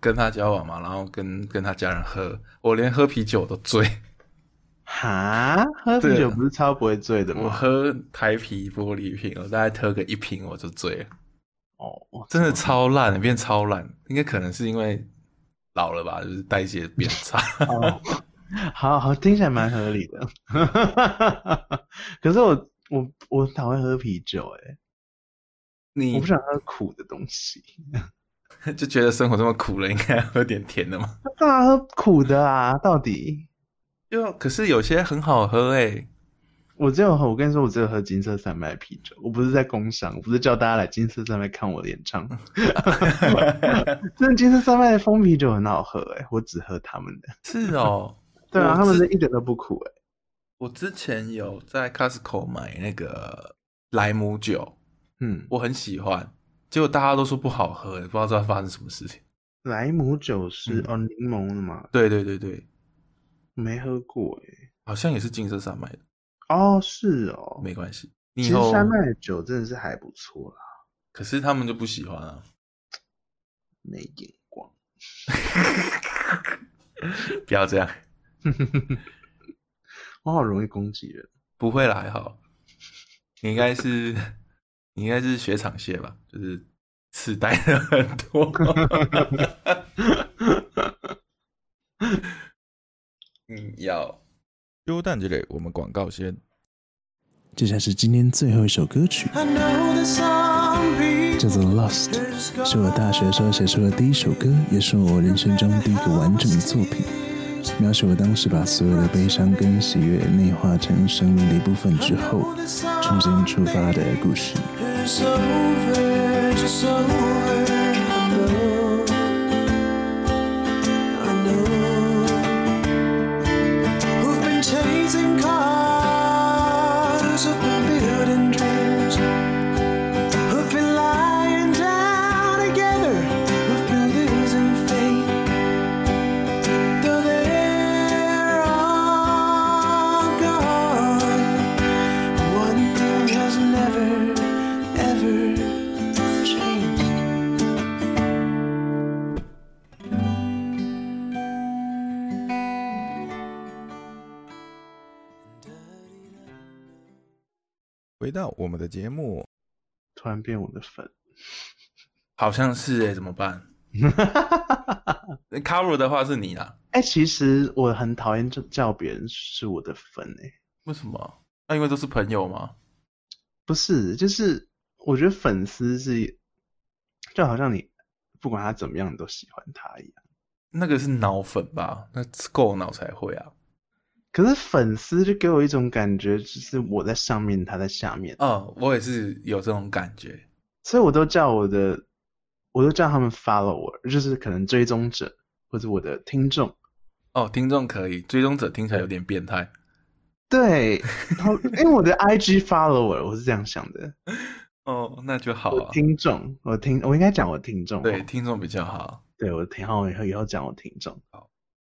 Speaker 2: 跟他交往嘛，然后跟跟他家人喝，我连喝啤酒都醉，
Speaker 1: 哈，喝啤
Speaker 2: 对
Speaker 1: 酒
Speaker 2: 啊
Speaker 1: 不是超不会醉的
Speaker 2: 我
Speaker 1: 吗？
Speaker 2: 喝台啤玻璃瓶，我大概喝个一瓶我就醉了，
Speaker 1: 哦，我
Speaker 2: 真的超烂，变超烂，应该可能是因为老了吧，就是代谢变差。
Speaker 1: 哦，好好听起来蛮合理的。可是我我我很讨厌喝啤酒、欸，
Speaker 2: 你
Speaker 1: 我不想喝苦的东西。
Speaker 2: 就觉得生活这么苦了，应该要喝点甜的嘛？
Speaker 1: 当然喝苦的啊，到底
Speaker 2: 就可是有些很好喝欸诶、
Speaker 1: 我只有喝，我跟你说，我只有喝金色山脉啤酒。我不是在工商，我不是叫大家来金色山脉看我的演 唱。真的，金色山脉的蜂啤酒很好喝、欸，我只喝他们的。
Speaker 2: 是哦，
Speaker 1: 对啊，
Speaker 2: 我嗯
Speaker 1: 他们
Speaker 2: 之
Speaker 1: 的一点都不苦、欸，
Speaker 2: 我之前有在 Costco 买那个莱姆酒，
Speaker 1: 嗯，
Speaker 2: 我很喜欢，结果大家都说不好喝，不知道在发生什么事情。
Speaker 1: 莱姆酒
Speaker 2: 嗯
Speaker 1: 是、哦柠檬的嘛，
Speaker 2: 对对对对，
Speaker 1: 没喝过哎、
Speaker 2: 好像也是金色山脉的，
Speaker 1: 哦，是哦，
Speaker 2: 没关系。
Speaker 1: 其
Speaker 2: 你以
Speaker 1: 实
Speaker 2: 后
Speaker 1: 山脉的酒真的是还不错啦，
Speaker 2: 可是他们就不喜欢啊，
Speaker 1: 没眼光。
Speaker 2: 不要这样，
Speaker 1: 我好容易攻击人，
Speaker 2: 不会啦，还好。你应该是 你应该是雪场蟹吧，就是刺带了很多。嗯，要
Speaker 3: 优蛋这类我们广告先。
Speaker 4: 接下来是今天最后一首歌曲，
Speaker 5: I know that some
Speaker 4: 叫
Speaker 5: people
Speaker 4: 做《Lost》，是我大学时候写出的第一首歌，也是我人生中第一个完整的作品，描写我当时把所有的悲伤跟喜悦内化成生命的一部分之后，重新出发的故事。
Speaker 5: There's It's over, just over. I know, I know. Who've been chasing cars, who've been building dreams, who've been lying down together, who've been losing faith. Though they're all gone. One thing has never, ever changed.
Speaker 3: 回到我们的节目，
Speaker 1: 突然变我的粉，
Speaker 2: 好像是哎、怎么 办？cover 的话是你啦，
Speaker 1: 哎、其实我很讨厌就叫别人是我的粉哎、
Speaker 2: 为什么？那、因为都是朋友嘛。
Speaker 1: 不是，就是我觉得粉丝是，就好像你不管他怎么样，你都喜欢他一样。
Speaker 2: 那个是脑粉吧？那是够脑才会啊。
Speaker 1: 可是粉丝就给我一种感觉，就是我在上面，他在下面，
Speaker 2: 哦，我也是有这种感觉。
Speaker 1: 所以我都叫我的，我都叫他们 follower，就是可能追踪者或者我的听众。
Speaker 2: 哦，听众可以，追踪者听起来有点变态。
Speaker 1: 对，然后因为我的 IG follower，我是这样想的，
Speaker 2: 哦，那就好
Speaker 1: 我
Speaker 2: 啊。
Speaker 1: 听众，我听，我应该讲我听众哦，
Speaker 2: 对，听众比较好。
Speaker 1: 对我听好以后以后讲我听众，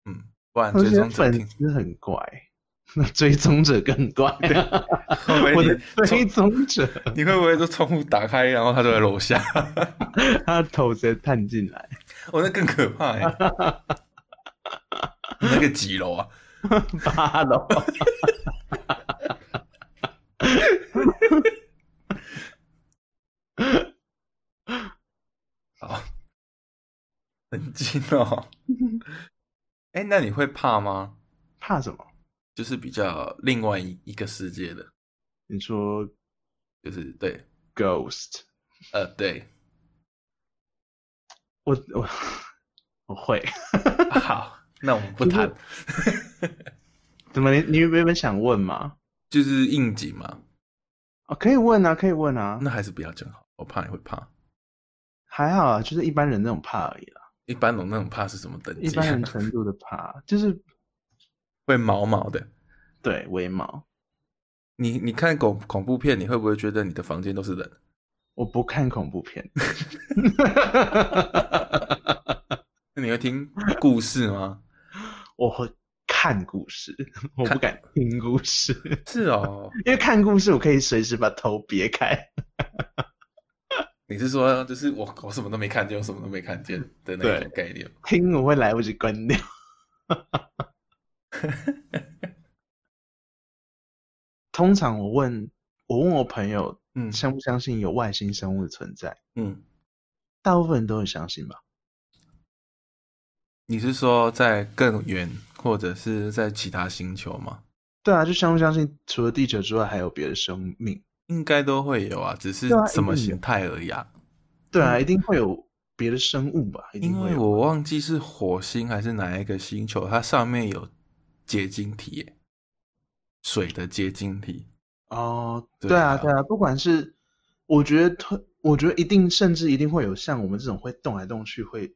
Speaker 2: 嗯，不然
Speaker 1: 我
Speaker 2: 追
Speaker 1: 觉得
Speaker 2: 踪者
Speaker 1: 粉
Speaker 2: 听
Speaker 1: 丝很怪， 那追踪者更 怪，
Speaker 2: 会
Speaker 1: 我
Speaker 2: 不
Speaker 1: 的
Speaker 2: 会
Speaker 1: 追
Speaker 2: 你
Speaker 1: 踪者，
Speaker 2: 你会不会就窗户打开，然后他就在楼下？
Speaker 1: 他头直接探进来，
Speaker 2: 哦，那更可怕、欸。你那个几楼啊？
Speaker 1: 八楼，
Speaker 2: 好，很近 哦。哎、那你会怕吗？
Speaker 1: 怕什么？
Speaker 2: 就是比较另外一一个世界的，
Speaker 1: 你说
Speaker 2: 就是对，
Speaker 1: ghost，
Speaker 2: 呃，对，
Speaker 1: 我我 我会，
Speaker 2: 好，那我们不谈，
Speaker 1: 怎么你你原本想问吗？
Speaker 2: 就是应景嘛。
Speaker 1: 哦，可以问啊，可以问啊，
Speaker 2: 那还是不要讲好，我怕你会怕。
Speaker 1: 还好啊，就是一般人那种怕而已啦，
Speaker 2: 一般人那种怕是什么等
Speaker 1: 一
Speaker 2: 级
Speaker 1: 般
Speaker 2: 啊？
Speaker 1: 人程度的怕，就是
Speaker 2: 会毛毛的。
Speaker 1: 对微毛。
Speaker 2: 你你看恐恐怖片，你会不会觉得你的房间都是人？
Speaker 1: 我不看恐怖 片，
Speaker 2: 那你会听故事吗？
Speaker 1: 我会看故事，我不敢听故事，
Speaker 2: 是哦，
Speaker 1: 因为看故事我可以随时把头别开。
Speaker 2: 你是说就是我我什么都没看见，我什么都没看见的那
Speaker 1: 对
Speaker 2: 种概念？
Speaker 1: 听我会来不及关 掉。通常我问我问我朋友
Speaker 2: 嗯
Speaker 1: 相不相信有外星生物的存在，
Speaker 2: 嗯，
Speaker 1: 大部分人都很相信吧。
Speaker 2: 你是说在更远或者是在其他星球吗？
Speaker 1: 对啊，就相不相信除了地球之外还有别的生命？
Speaker 2: 应该都会有啊，只是
Speaker 1: 对啊
Speaker 2: 什么
Speaker 1: 一定有
Speaker 2: 形态而已啊。
Speaker 1: 对啊，一定会有别的生物吧？一定
Speaker 2: 因
Speaker 1: 会
Speaker 2: 为
Speaker 1: 有啊
Speaker 2: 我忘记是火星还是哪一个星球，它上面有结晶体耶，水的结晶体。
Speaker 1: 哦，
Speaker 2: 对
Speaker 1: 对啊，
Speaker 2: 啊
Speaker 1: 对啊，不管是我觉得特，我觉得一定甚至一定会有像我们这种会动来动去，会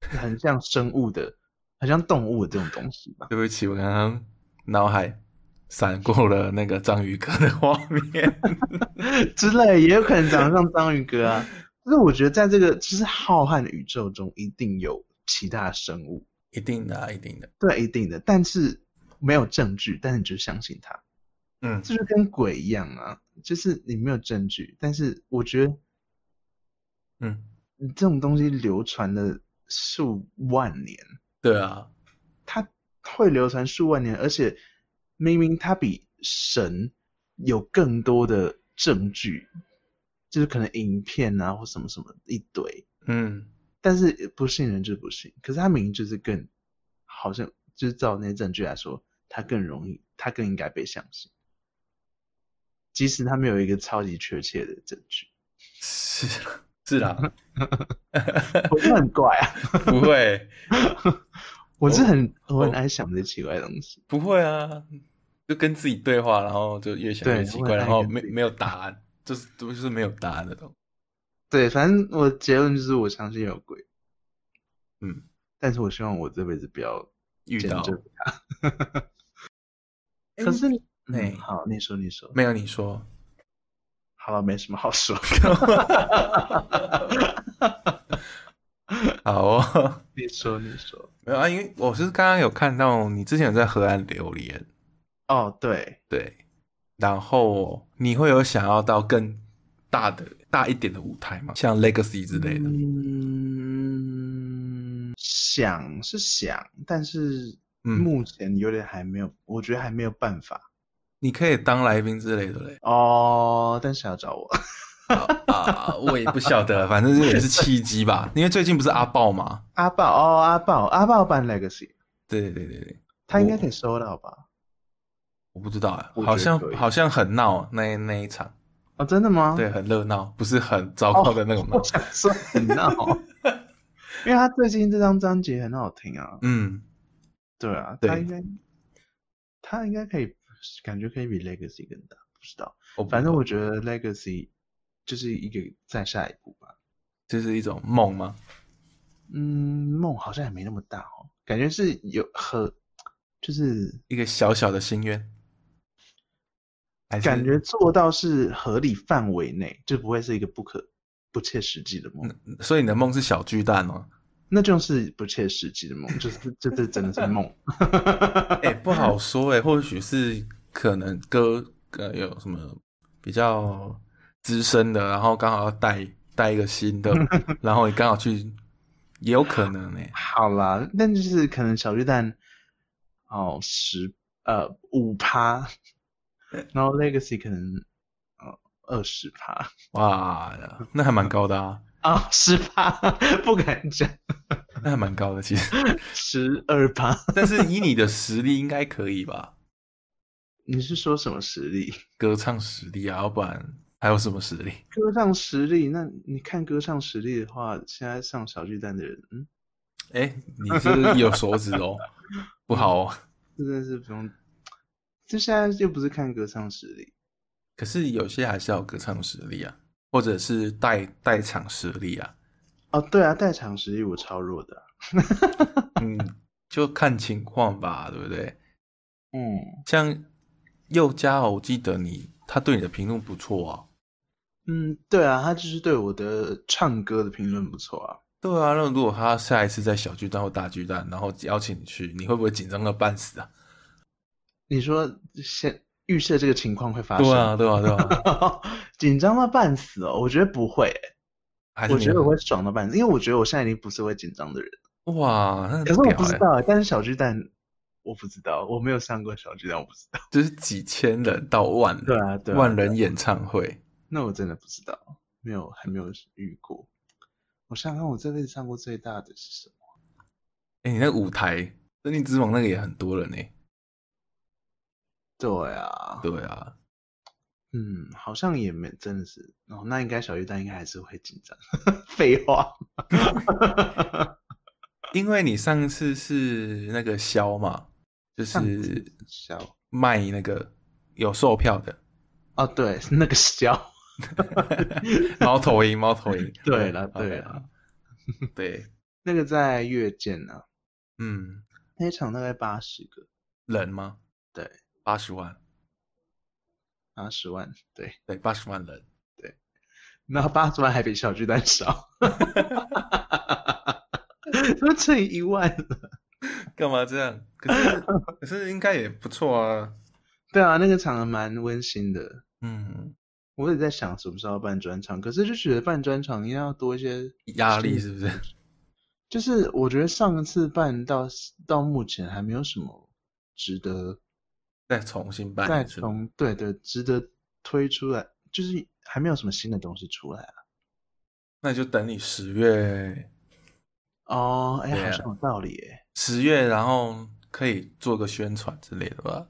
Speaker 1: 很像生物的，很像动物的这种东西吧。
Speaker 2: 对不起，我刚刚脑海闪过了那个章鱼哥的画面。
Speaker 1: 之类，也有可能长得像章鱼哥啊。就是我觉得在这个就是浩瀚的宇宙中，一定有其他的生物，
Speaker 2: 一定的、啊，一定的。
Speaker 1: 对，一定的，但是没有证据，但是你就相信它，
Speaker 2: 嗯，
Speaker 1: 这就跟鬼一样啊，就是你没有证据，但是我觉得
Speaker 2: 嗯，
Speaker 1: 这种东西流传了数万年，
Speaker 2: 对啊，
Speaker 1: 它会流传数万年，而且明明它比神有更多的证据，就是可能影片啊或什么什么一堆，
Speaker 2: 嗯，
Speaker 1: 但是不信人就不信。可是他明明就是更，好像就是照那些证据来说，他更容易，他更应该被相信。即使他没有一个超级确切的证据，
Speaker 2: 是啊 是啦，
Speaker 1: 我是很怪啊，
Speaker 2: 不会
Speaker 1: 我是很我很爱想这些奇怪的东西。
Speaker 2: 不会啊，就跟自己对话，然后就越想
Speaker 1: 对
Speaker 2: 越奇怪，
Speaker 1: 我也爱
Speaker 2: 然后
Speaker 1: 跟
Speaker 2: 没
Speaker 1: 自己
Speaker 2: 没有答案。就是就是没有答案那种。
Speaker 1: 对，反正我结论就是我相信有鬼，
Speaker 2: 嗯，
Speaker 1: 但是我希望我这辈子不要
Speaker 2: 遇
Speaker 1: 见
Speaker 2: 到
Speaker 1: 这个可是，
Speaker 2: 哎
Speaker 1: 嗯，好，你说，你说，
Speaker 2: 没有你说，
Speaker 1: 好了，没什么好说。
Speaker 2: 好哦，
Speaker 1: 你说，你说。
Speaker 2: 没有啊，因为我是刚刚有看到你之前有在河岸留言，
Speaker 1: 哦，对，
Speaker 2: 对，然后你会有想要到更大的大一点的舞台吗？像 Legacy 之类的，
Speaker 1: 嗯，想是想，但是
Speaker 2: 嗯
Speaker 1: 目前有点还没有，我觉得还没有办法
Speaker 2: 你可以当来宾之类的嘞。
Speaker 1: 哦。但是要找我，
Speaker 2: 啊，我也不晓得，反正这也是契机吧。因为最近不是阿豹吗？
Speaker 1: 阿豹哦，阿豹，阿豹办 Legacy，
Speaker 2: 对对对对对，
Speaker 1: 他应该可以收到吧？
Speaker 2: 我不知道啊，
Speaker 1: 我觉得
Speaker 2: 好像
Speaker 1: 可以
Speaker 2: 好像很闹那那一场，
Speaker 1: 哦，真的吗？
Speaker 2: 对，，很热闹，不是很糟糕的那种 闹。
Speaker 1: 我想说很闹， 因为他最近这张专辑很好听啊。
Speaker 2: 嗯，
Speaker 1: 对啊，
Speaker 2: 对
Speaker 1: 他应该，他应该可以，感觉可以比 Legacy 更大，不知道。
Speaker 2: 我不
Speaker 1: 反正我觉得 Legacy 就是一个再下一步吧。
Speaker 2: 就是一种梦吗？
Speaker 1: 嗯，梦好像也没那么大哦，感觉是有和，就是
Speaker 2: 一个小小的心愿，还是
Speaker 1: 感觉做到是合理范围内，就不会是一个不可不切实际的梦，
Speaker 2: 所以你的梦是小巨蛋哦。
Speaker 1: 那就是不切实际的梦，就是就是真的是 梦。
Speaker 2: 哎、不好说哎、或许是可能歌呃有什么比较资深的，然后刚好要带带一个新的，然后你刚好去，也有可能哎、
Speaker 1: 好啦，那就是可能小巨蛋哦十呃五趴，
Speaker 2: 嗯
Speaker 1: 然后 Legacy 可能呃二十趴
Speaker 2: 哇，那还蛮高的啊，
Speaker 1: 啊十趴不敢讲
Speaker 2: 那还蛮高的其实，
Speaker 1: 十二趴，
Speaker 2: 但是以你的实力应该可以吧，
Speaker 1: 你是说什么实力？
Speaker 2: 歌唱实力啊，要不然还有什么实力？
Speaker 1: 歌唱实力，那你看歌唱实力的话，现在上小巨蛋的人，嗯，
Speaker 2: 哎、你是不是有手指哦，不好哦。
Speaker 1: 这真的是不用。这现在又不是看歌唱实力，
Speaker 2: 可是有些还是要有歌唱实力啊，或者是带带场实力啊。
Speaker 1: 哦，对啊，代场实力我超弱的啊、
Speaker 2: 嗯，就看情况吧，对不对？
Speaker 1: 嗯
Speaker 2: 像佑嘉哦，我记得你他对你的评论不错啊。
Speaker 1: 嗯，对啊，他就是对我的唱歌的评论不错啊。
Speaker 2: 对啊，那如果他下一次在小巨蛋或大巨蛋，然后邀请你去，你会不会紧张的半死啊？
Speaker 1: 你说先预设这个情况会发生，
Speaker 2: 对啊，对啊，对啊，
Speaker 1: 紧张到半死哦。我觉得不会欸、
Speaker 2: 还是
Speaker 1: 我
Speaker 2: 你
Speaker 1: 觉得我会爽到半死，因为我觉得我现在已经不是会紧张的人。
Speaker 2: 哇，那很
Speaker 1: 可是我
Speaker 2: 屌
Speaker 1: 不知
Speaker 2: 欸，
Speaker 1: 道、欸，但是小巨蛋我不知道，我没有上过小巨蛋，我不知道。
Speaker 2: 就是几千人到万人
Speaker 1: 对啊，对啊，
Speaker 2: 万人演唱会，
Speaker 1: 那我真的不知道，没有还没有遇过。我想想看，我这辈子上过最大的是什么？
Speaker 2: 哎、你那舞台《森林之王》那个也很多人呢、
Speaker 1: 对啊，
Speaker 2: 对啊，
Speaker 1: 嗯，好像也没真的是哦，那应该小鱼蛋应该还是会紧张。 废话，
Speaker 2: 因为你上次是那个肖嘛，就
Speaker 1: 上次
Speaker 2: 是
Speaker 1: 小
Speaker 2: 卖那个有售票的
Speaker 1: 哦，对，是那个小，
Speaker 2: 猫头鹰，猫头 鹰。
Speaker 1: 对啦
Speaker 2: OK，
Speaker 1: 对啦
Speaker 2: 好， 对，
Speaker 1: 那个在月见啊，
Speaker 2: 嗯，
Speaker 1: 那一场大概八十个，
Speaker 2: 人吗？
Speaker 1: 对，
Speaker 2: 八十万，
Speaker 1: 八十万，对，
Speaker 2: 对，八十万人。
Speaker 1: 那八十万还比小巨蛋少， 怎么乘以一万？
Speaker 2: 干嘛这样？可 是可是应该也不错啊。
Speaker 1: 对啊，那个场还蛮温馨的，
Speaker 2: 嗯，
Speaker 1: 我也在想什么时候要办专场，可是就觉得办专场应该要多一些，
Speaker 2: 压力是不是？
Speaker 1: 就是我觉得上一次办到到目前还没有什么值得
Speaker 2: 再重新办
Speaker 1: 再
Speaker 2: 一次吗。
Speaker 1: 从对对值得推出来，就是还没有什么新的东西出来啊。
Speaker 2: 那就等你十月，
Speaker 1: 哦，哎，
Speaker 2: 对啊
Speaker 1: 好像有道理耶，
Speaker 2: 十月，然后可以做个宣传之类的吧。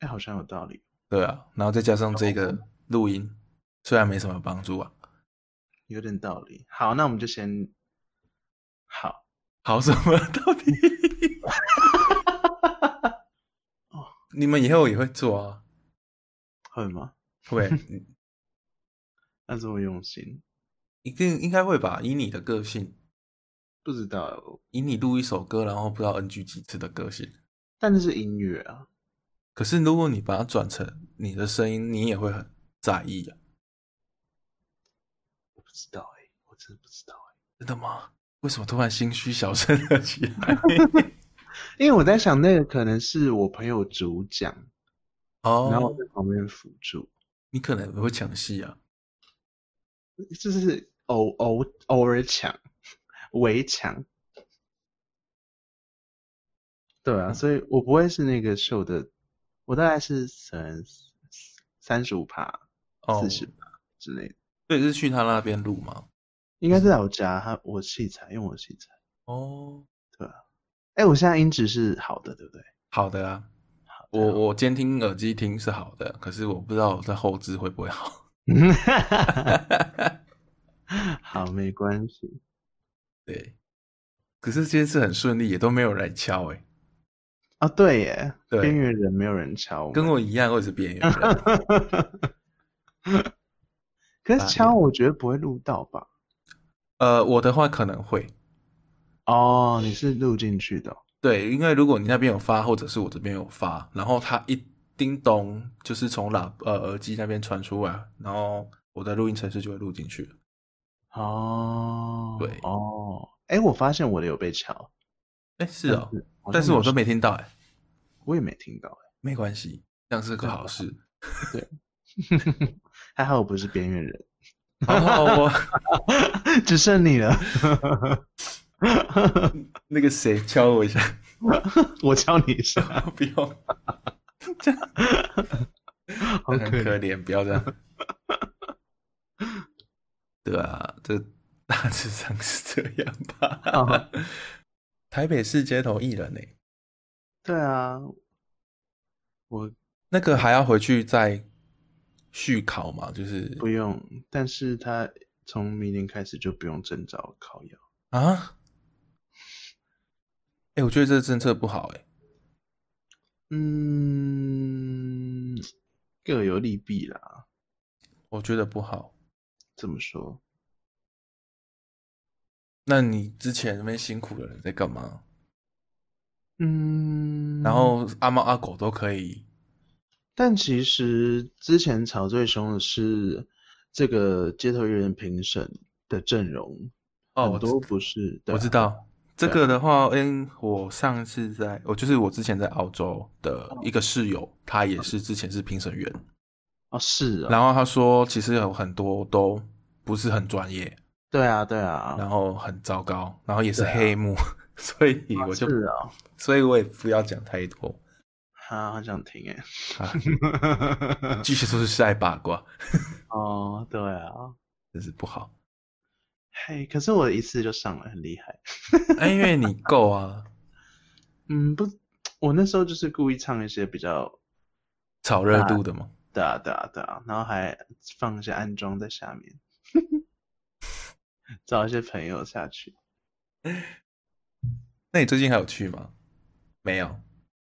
Speaker 1: 哎，好像有道理，
Speaker 2: 对啊，然后再加上这个录音，虽然没什么帮助啊，
Speaker 1: 有点道理。好，那我们就先好，
Speaker 2: 好什么 到底？哦你们以后也会做啊？
Speaker 1: 会吗？
Speaker 2: 会，
Speaker 1: 要这么用心，
Speaker 2: 一定应该会吧？以你的个性，
Speaker 1: 不知道，哦
Speaker 2: 以你录一首歌，然后不知道 NG 几次的个性，
Speaker 1: 但这是音乐啊，
Speaker 2: 可是如果你把它转成你的声音，你也会很在意啊。
Speaker 1: 我不知道哎、我真的不知道哎、
Speaker 2: 真的吗？为什么突然心虚小声了起 来？
Speaker 1: 因为我在想那个可能是我朋友主讲，然后
Speaker 2: 哦
Speaker 1: 我，在旁边辅助，
Speaker 2: 你可能会抢戏啊。
Speaker 1: 就是偶偶偶尔抢， 围抢。对
Speaker 2: 嗯
Speaker 1: 啊，所以我不会是那个秀的，我大概是三三十五趴、
Speaker 2: 哦，
Speaker 1: 四十趴之类的，
Speaker 2: 对，是去他那边录吗？
Speaker 1: 应该是在我家，他我器材用我器材。
Speaker 2: 哦，
Speaker 1: 哎，我现在音质是好的，对不对？
Speaker 2: 好的啊。我我 监听耳机听是好的，可是我不知道我在后置会不会好。
Speaker 1: 好，没关系。
Speaker 2: 对，可是这次很顺利，也都没有来敲诶、
Speaker 1: 啊，对耶，
Speaker 2: 对
Speaker 1: 边缘人没有人敲我们，
Speaker 2: 跟我一样，我也是边缘人。
Speaker 1: 可
Speaker 2: 啊
Speaker 1: 是敲我觉得不会录到吧？
Speaker 2: 呃，我的话可能会
Speaker 1: 哦，你是录进去的哦、
Speaker 2: 对，因为如果你那边有发，或者是我这边有发，然后它一叮咚就是从喇呃耳机那边传出来，然后我的录音程式就会录进去了。
Speaker 1: 哦，
Speaker 2: 对
Speaker 1: 哦，哎，我发现我的有被敲，
Speaker 2: 哎，是哦，
Speaker 1: 好像
Speaker 2: 但是我
Speaker 1: 有
Speaker 2: 都没听到哎、
Speaker 1: 我也没听到，
Speaker 2: 没关系，这样是个好事。
Speaker 1: 还好我不是边缘人，
Speaker 2: 然后我
Speaker 1: 只剩你了，
Speaker 2: 那个谁敲我一下，
Speaker 1: 我敲你一下，
Speaker 2: 不用，
Speaker 1: 好
Speaker 2: 很
Speaker 1: 可
Speaker 2: 可
Speaker 1: 怜。
Speaker 2: 怜，不要这样。 对啊，这大致上是这样吧。
Speaker 1: 哦
Speaker 2: 台北市街头艺人欸呢、
Speaker 1: 对啊，我
Speaker 2: 那个还要回去再续考嘛？就是
Speaker 1: 不用，但是他从明年开始就不用证照考药，
Speaker 2: 啊？哎、我觉得这个政策不好哎、
Speaker 1: 嗯，各有利弊啦。
Speaker 2: 我觉得不好。
Speaker 1: 怎么说？
Speaker 2: 那你之前那边辛苦的人在干嘛？
Speaker 1: 嗯，
Speaker 2: 然后阿猫阿狗都可以
Speaker 1: 但其实之前吵最凶的是这个街头艺人评审的阵容，
Speaker 2: 哦，
Speaker 1: 很
Speaker 2: 我
Speaker 1: 多不是，对
Speaker 2: 我
Speaker 1: 啊
Speaker 2: 知，道这个的话，因为我上次在，我就是我之前在澳洲的一个室友，他也是之前是评审员，
Speaker 1: 哦是啊，
Speaker 2: 然后他说其实有很多都不是很专业，
Speaker 1: 对啊对啊，
Speaker 2: 然后很糟糕，然后也是
Speaker 1: 对啊
Speaker 2: 黑幕， 所以我就是
Speaker 1: 啊，
Speaker 2: 所以我也不要讲太多，
Speaker 1: 啊，好想听哎，
Speaker 2: 啊继续说是在八卦，
Speaker 1: 哦对啊，
Speaker 2: 真是不好。
Speaker 1: 嘿，可是我一次就上了，很厉害，
Speaker 2: 哎，因为你够啊，
Speaker 1: 嗯不，我那时候就是故意唱一些比较
Speaker 2: 炒热度的嘛，
Speaker 1: 对啊对啊对啊，然后还放一些安装在下面， 找一些朋友下去，
Speaker 2: 那你最近还有去吗？没有，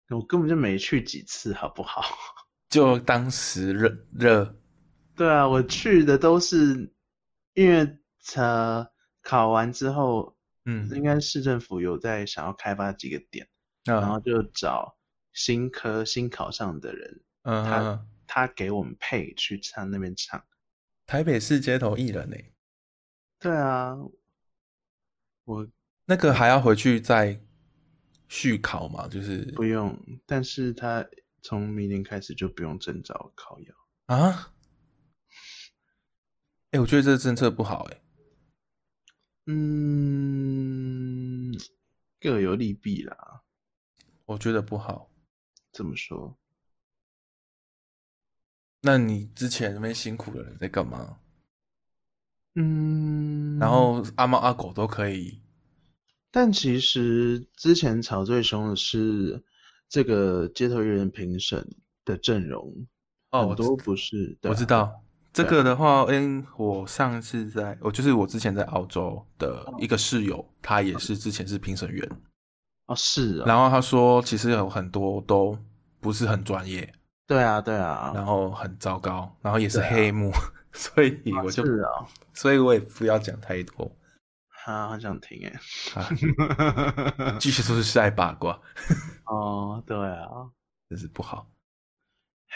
Speaker 1: 我根本就没去几次，好不好？
Speaker 2: 就当时热热
Speaker 1: 对啊，我去的都是因为呃考完之后，
Speaker 2: 嗯，
Speaker 1: 应该市政府有在想要开发几个点，然后
Speaker 2: 嗯
Speaker 1: 就找新科新考上的人，
Speaker 2: 嗯
Speaker 1: 他
Speaker 2: 嗯，
Speaker 1: 他给我们配去唱那边唱。
Speaker 2: 台北市街头艺人欸呢、
Speaker 1: 对啊，我
Speaker 2: 那个还要回去再续考嘛？就是
Speaker 1: 不用，但是他从明年开始就不用证照考药。
Speaker 2: 啊，哎、我觉得这政策不好哎、
Speaker 1: 嗯，各有利弊啦。
Speaker 2: 我觉得不好。
Speaker 1: 怎么说？
Speaker 2: 那你之前那边辛苦的人在干嘛？
Speaker 1: 嗯，
Speaker 2: 然后阿猫阿狗都可以
Speaker 1: 但其实之前吵最凶的是这个街头艺人评审的阵容，
Speaker 2: 哦，
Speaker 1: 很
Speaker 2: 我
Speaker 1: 多
Speaker 2: 知
Speaker 1: 不是，对
Speaker 2: 我
Speaker 1: 啊
Speaker 2: 知，道这个的话，嗯，我上次在我就是我之前在澳洲的一个室友，他也是之前是评审员，
Speaker 1: 哦是啊，
Speaker 2: 然后他说其实有很多都不是很专业，
Speaker 1: 对啊对啊，
Speaker 2: 然后很糟糕，然后也是黑幕， 所以我就是
Speaker 1: 啊，
Speaker 2: 所以我也不要讲太多，
Speaker 1: 啊，好想听哎。
Speaker 2: 啊，继续说是在八卦，
Speaker 1: 哦，对啊，
Speaker 2: 真是不好。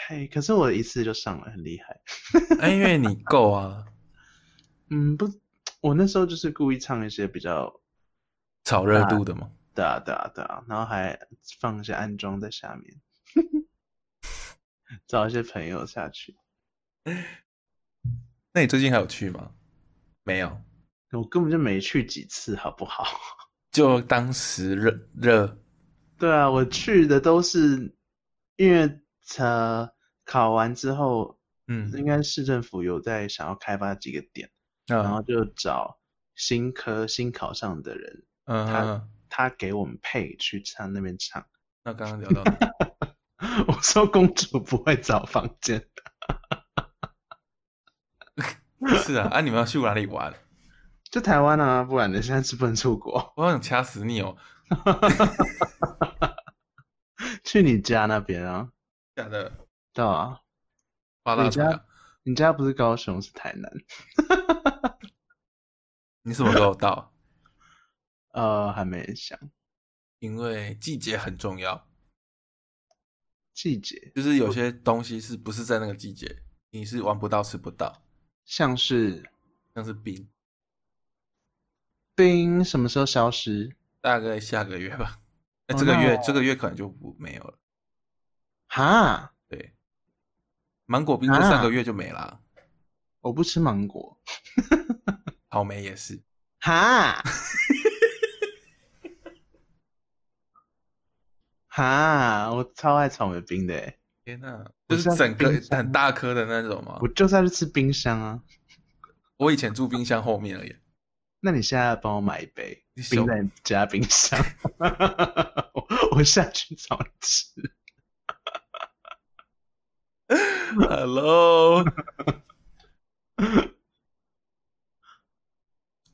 Speaker 1: 嘿，可是我一次就上了，很厉害。
Speaker 2: 哎，因为你够啊，
Speaker 1: 嗯，不，我那时候就是故意唱一些比较
Speaker 2: 炒热度的嘛。
Speaker 1: 对啊对啊对啊，然后还放一些安装在下面， 找一些朋友下去。
Speaker 2: 那你最近还有去吗？没有，
Speaker 1: 我根本就没去几次，好不好？
Speaker 2: 就当时热热
Speaker 1: 对啊，我去的都是因为呃考完之后，
Speaker 2: 嗯
Speaker 1: 应该市政府有在想要开发几个点，然后
Speaker 2: 啊
Speaker 1: 就找新科新考上的人，
Speaker 2: 嗯
Speaker 1: 他
Speaker 2: 嗯，
Speaker 1: 他给我们配去唱那边唱。
Speaker 2: 那刚刚聊到哪
Speaker 1: 我说公主不会找房间，
Speaker 2: 是啊，啊你们要去哪里玩？
Speaker 1: 就台湾啊，不然你现在是不能出国，
Speaker 2: 我好想掐死你哦！
Speaker 1: 去你家那边啊，
Speaker 2: 假的，
Speaker 1: 对啊，
Speaker 2: 八大
Speaker 1: 你
Speaker 2: 船
Speaker 1: 家
Speaker 2: 啊，
Speaker 1: 你家不是高雄是台南，
Speaker 2: 你什么时候到？
Speaker 1: 呃，还没想
Speaker 2: 因为季节很重要，
Speaker 1: 季节，
Speaker 2: 就是有些东西是不是在那个季节，你是玩不到、吃不到，
Speaker 1: 像是
Speaker 2: 像是冰，
Speaker 1: 冰什么时候消失？
Speaker 2: 大概下个月吧。那、
Speaker 1: 哦
Speaker 2: 这个月、
Speaker 1: 那
Speaker 2: 这个月可能就不没有了。
Speaker 1: 哈，
Speaker 2: 对，芒果冰这
Speaker 1: 啊
Speaker 2: 上个月就没啦，
Speaker 1: 我不吃芒果，
Speaker 2: 草莓也是。
Speaker 1: 哈， 哈，我超爱草莓冰的欸，
Speaker 2: 天呐、
Speaker 1: 不
Speaker 2: 就是
Speaker 1: 是啊
Speaker 2: 整个
Speaker 1: 冰箱
Speaker 2: 很大颗的那种吗
Speaker 1: 我？就是要去吃冰箱啊。
Speaker 2: 我以前住冰箱后面而已。
Speaker 1: 那你现在帮我买一杯
Speaker 2: 你手
Speaker 1: 冰在你家冰箱， 我我下去找你吃。
Speaker 2: Hello，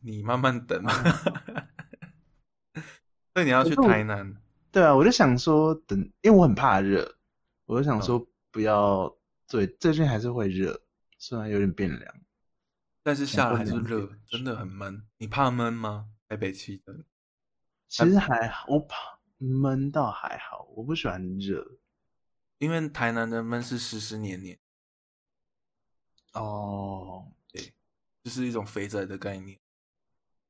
Speaker 2: 你慢慢等嘛。啊
Speaker 1: 嗯
Speaker 2: 所以你要去台南，
Speaker 1: 对啊，我就想说等，因为我很怕热，我就想说不要，对，最近还是会热，虽然有点变凉。
Speaker 2: 但是下来还是
Speaker 1: 想说
Speaker 2: 热
Speaker 1: 两天，
Speaker 2: 真的很闷。你怕闷吗？台北气氛，
Speaker 1: 其实还好，我怕闷倒还好，我不喜欢热。
Speaker 2: 因为台南的闷是湿湿黏黏，
Speaker 1: 哦，
Speaker 2: 就是一种肥宅的概念。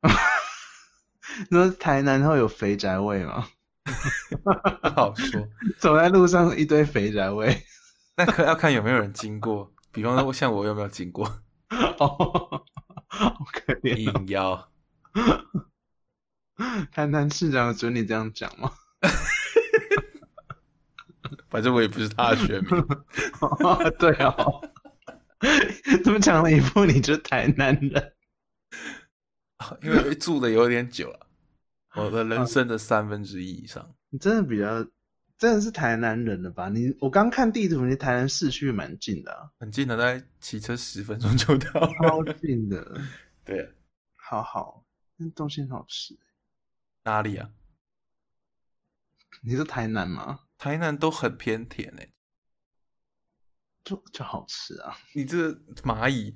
Speaker 1: 那台南会有肥宅味吗？
Speaker 2: 不好说，
Speaker 1: 走在路上一堆肥宅味。
Speaker 2: 那可要看有没有人经过。比方说，像我有没有经过？
Speaker 1: 哦，好可怜
Speaker 2: 应
Speaker 1: 哦。
Speaker 2: 邀。
Speaker 1: 台南市长有准你这样讲吗？
Speaker 2: 反正我也不是他的学名。
Speaker 1: 哦，对哦， 怎么讲了一步你就台南人？
Speaker 2: 因为住的有点久了，我的人生的三分之一以上。
Speaker 1: 你真的比较，真的是台南人了吧？你我刚看地图，你台南市区蛮近的、啊，
Speaker 2: 很近的，大概骑车十分钟就到了。
Speaker 1: 超近的，
Speaker 2: 对，啊
Speaker 1: 好好，那东西很好吃。
Speaker 2: 哪里啊？
Speaker 1: 你是台南吗？
Speaker 2: 台南都很偏甜欸诶、
Speaker 1: 就就好吃啊！
Speaker 2: 你这蚂蚁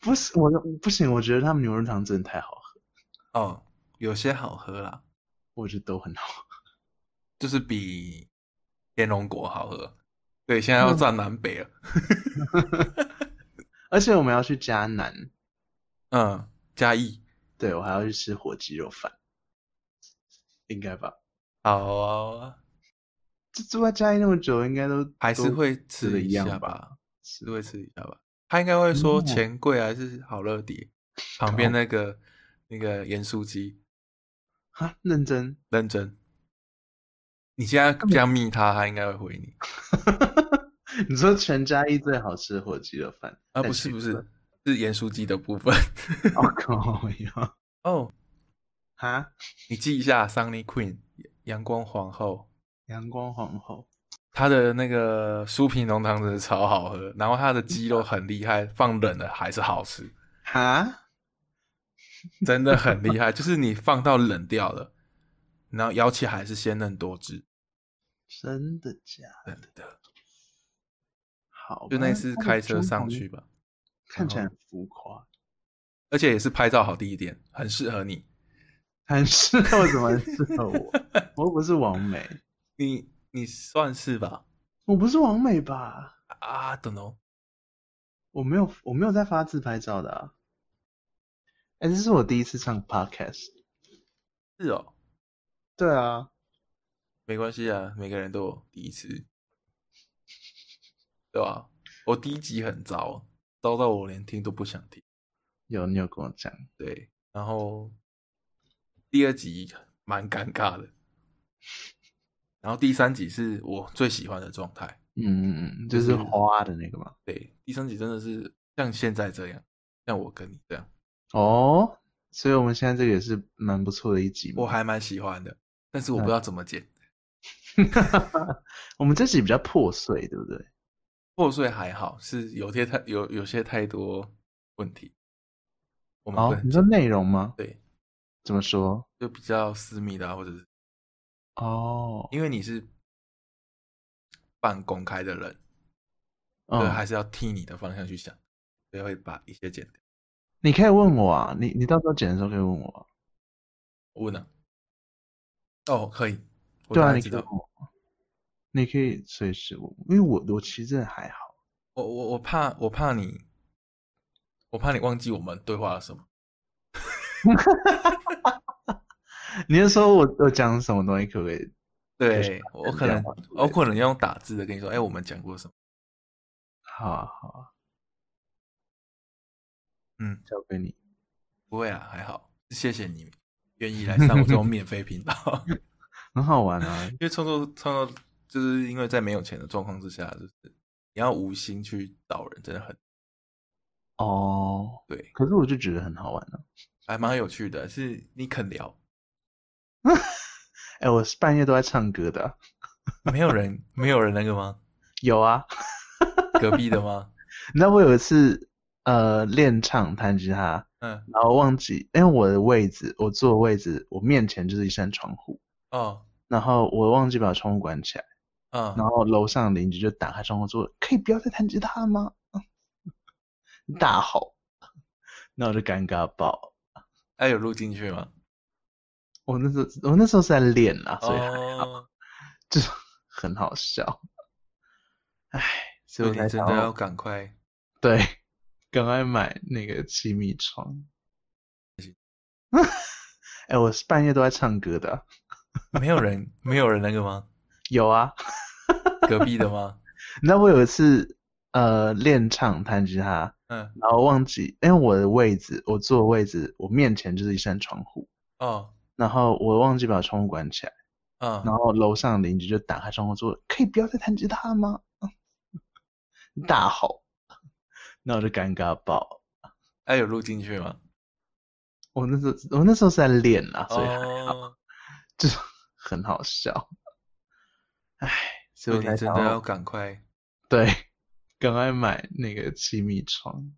Speaker 1: 不是我不行，我觉得他们牛肉汤真的太好喝，
Speaker 2: 哦，有些好喝啦，
Speaker 1: 我觉得都很好喝。
Speaker 2: 就是比天龙果好喝。对，现在要站南北了。
Speaker 1: 而且我们要去嘉南，
Speaker 2: 嗯，嘉义，
Speaker 1: 对我还要去吃火鸡肉饭，应该吧？
Speaker 2: 好啊，
Speaker 1: 这住在嘉义那么久，应该都
Speaker 2: 还是
Speaker 1: 都
Speaker 2: 会
Speaker 1: 吃的
Speaker 2: 吃
Speaker 1: 一
Speaker 2: 一
Speaker 1: 样
Speaker 2: 下
Speaker 1: 吧
Speaker 2: 吧，是会吃一下吧。他应该会说
Speaker 1: 嗯
Speaker 2: 钱柜还是好乐迪旁边那个那个盐酥鸡。
Speaker 1: 哈，认真，
Speaker 2: 认真。你现在这样密他，他应该会回你。
Speaker 1: 你说全家一最好吃的火鸡肉饭
Speaker 2: 啊，
Speaker 1: 在
Speaker 2: 不是
Speaker 1: 谁
Speaker 2: 不
Speaker 1: 说
Speaker 2: 是，是盐酥鸡的部分。
Speaker 1: 哦，靠呀！
Speaker 2: 哦，
Speaker 1: 哈，
Speaker 2: 你记一下 Sunny Queen 阳光皇后，
Speaker 1: 阳光皇后，
Speaker 2: 她的那个酥皮浓汤真的超好喝，然后她的鸡肉很厉害，放冷了还是好吃，
Speaker 1: 哈，
Speaker 2: 真的很厉害。就是你放到冷掉了，然后咬起来还是鲜嫩多汁，
Speaker 1: 真的假的？
Speaker 2: 真的。
Speaker 1: 好吧，
Speaker 2: 就那一次
Speaker 1: 他的
Speaker 2: 开车
Speaker 1: 装
Speaker 2: 上
Speaker 1: 潢
Speaker 2: 去吧，
Speaker 1: 看起来
Speaker 2: 然
Speaker 1: 很浮夸，
Speaker 2: 而且也是拍照好地点，很适合你。
Speaker 1: 很 适合我，怎么很适合我？我又不是王美，
Speaker 2: 你你算是吧啊
Speaker 1: 我不是王美吧？
Speaker 2: ？I don't know。
Speaker 1: 我没有，我没有在发自拍照的、啊。哎、这是我第一次上 podcast。
Speaker 2: 是哦，
Speaker 1: 对啊，
Speaker 2: 没关系啊，每个人都有第一次，对吧？我第一集很糟，糟到我连听都不想听。
Speaker 1: 有你有跟我讲，
Speaker 2: 对，然后第二集蛮尴尬的，然后第三集是我最喜欢的状态。
Speaker 1: 嗯嗯嗯，就
Speaker 2: 就是是
Speaker 1: 花的那个嘛。
Speaker 2: 对，第三集真的是像现在这样，像我跟你这样，
Speaker 1: 哦，所以我们现在这个也是蛮不错的一集嘛。
Speaker 2: 我还蛮喜欢的，但是我
Speaker 1: 嗯
Speaker 2: 不知道怎么剪。
Speaker 1: 我们这集比较破碎，对不对？
Speaker 2: 破碎还好，是有些太有有些太多问题，我们不
Speaker 1: 哦，
Speaker 2: 能
Speaker 1: 你
Speaker 2: 剪
Speaker 1: 说内容吗？
Speaker 2: 对，
Speaker 1: 怎么说？
Speaker 2: 就比较私密的、啊，或者是
Speaker 1: 哦，
Speaker 2: 因为你是半公开的人，
Speaker 1: 嗯
Speaker 2: 对，还是要替你的方向去想，所以会把一些剪掉。
Speaker 1: 你可以问我啊，你你到时候剪的时候可以问我、啊。
Speaker 2: 我问了，哦，可以，我
Speaker 1: 对
Speaker 2: 大
Speaker 1: 啊，
Speaker 2: 概
Speaker 1: 你
Speaker 2: 知
Speaker 1: 可以
Speaker 2: 道
Speaker 1: 问，我，你可以随时问我，因为我我其实真的还 好。
Speaker 2: 我我我怕我怕你，我怕你忘记我们对话了什么。
Speaker 1: 你是说我我讲什么东西可不可以？就是
Speaker 2: 对我可能
Speaker 1: 这样
Speaker 2: 我可能要用打字的跟你说，哎、我们讲过什么？
Speaker 1: 好啊好啊，
Speaker 2: 嗯，
Speaker 1: 交给你。
Speaker 2: 不会啊，还好，谢谢你愿意来上我这 种免费频道， 因
Speaker 1: 很好玩啊，
Speaker 2: 为创作创作就是因为在没有钱的状况之下，就是你要无心去找人，真的很
Speaker 1: 哦，
Speaker 2: 对，
Speaker 1: 可是我就觉得很好玩啊。
Speaker 2: 还蛮有趣的，是你肯聊，
Speaker 1: 哎、我是半夜都在唱歌的啊，
Speaker 2: 没有人没有人那个吗？
Speaker 1: 有啊。
Speaker 2: 隔壁的吗？
Speaker 1: 你知道我有一次呃练唱弹吉他，
Speaker 2: 嗯，
Speaker 1: 然后忘记，因为我的位置，我坐的位置，我面前就是一扇窗户，
Speaker 2: 哦，
Speaker 1: 然后我忘记把窗户关起来，
Speaker 2: 嗯，
Speaker 1: 然后楼上邻居就打开窗户说：“可以不要再弹吉他了吗？” 大吼， 那我就尴尬爆。
Speaker 2: 哎、有录进去吗？
Speaker 1: 我那时候我那时候是在练啦，所以还
Speaker 2: 哦，
Speaker 1: 就很好笑。唉，所
Speaker 2: 所
Speaker 1: 以
Speaker 2: 以
Speaker 1: 我才
Speaker 2: 你真
Speaker 1: 想
Speaker 2: 的
Speaker 1: 要
Speaker 2: 要赶快
Speaker 1: 对，赶快买那个气密窗。 哎、我是半夜都在唱歌的啊，
Speaker 2: 没有人，没有人那个吗？
Speaker 1: 有啊。
Speaker 2: 隔壁的吗？
Speaker 1: 你知道我有一次呃练唱弹吉他，
Speaker 2: 嗯，
Speaker 1: 然后忘记，因为我的位置，我坐的位置，我面前就是一扇窗户，
Speaker 2: 哦，
Speaker 1: 然后我忘记把窗户关起来，
Speaker 2: 嗯，
Speaker 1: 然后楼上邻居就打开窗户说：“可以不要再弹吉他了吗？” 大吼， 那我就尴尬爆。
Speaker 2: 哎、有录进去吗？
Speaker 1: 我那时候我那时候是在练啦，所以还
Speaker 2: 哦，
Speaker 1: 就 很好笑。唉，所
Speaker 2: 所
Speaker 1: 以
Speaker 2: 以
Speaker 1: 我
Speaker 2: 你
Speaker 1: 才
Speaker 2: 真
Speaker 1: 想
Speaker 2: 的
Speaker 1: 要
Speaker 2: 要赶快，
Speaker 1: 对，赶快买那个气密窗。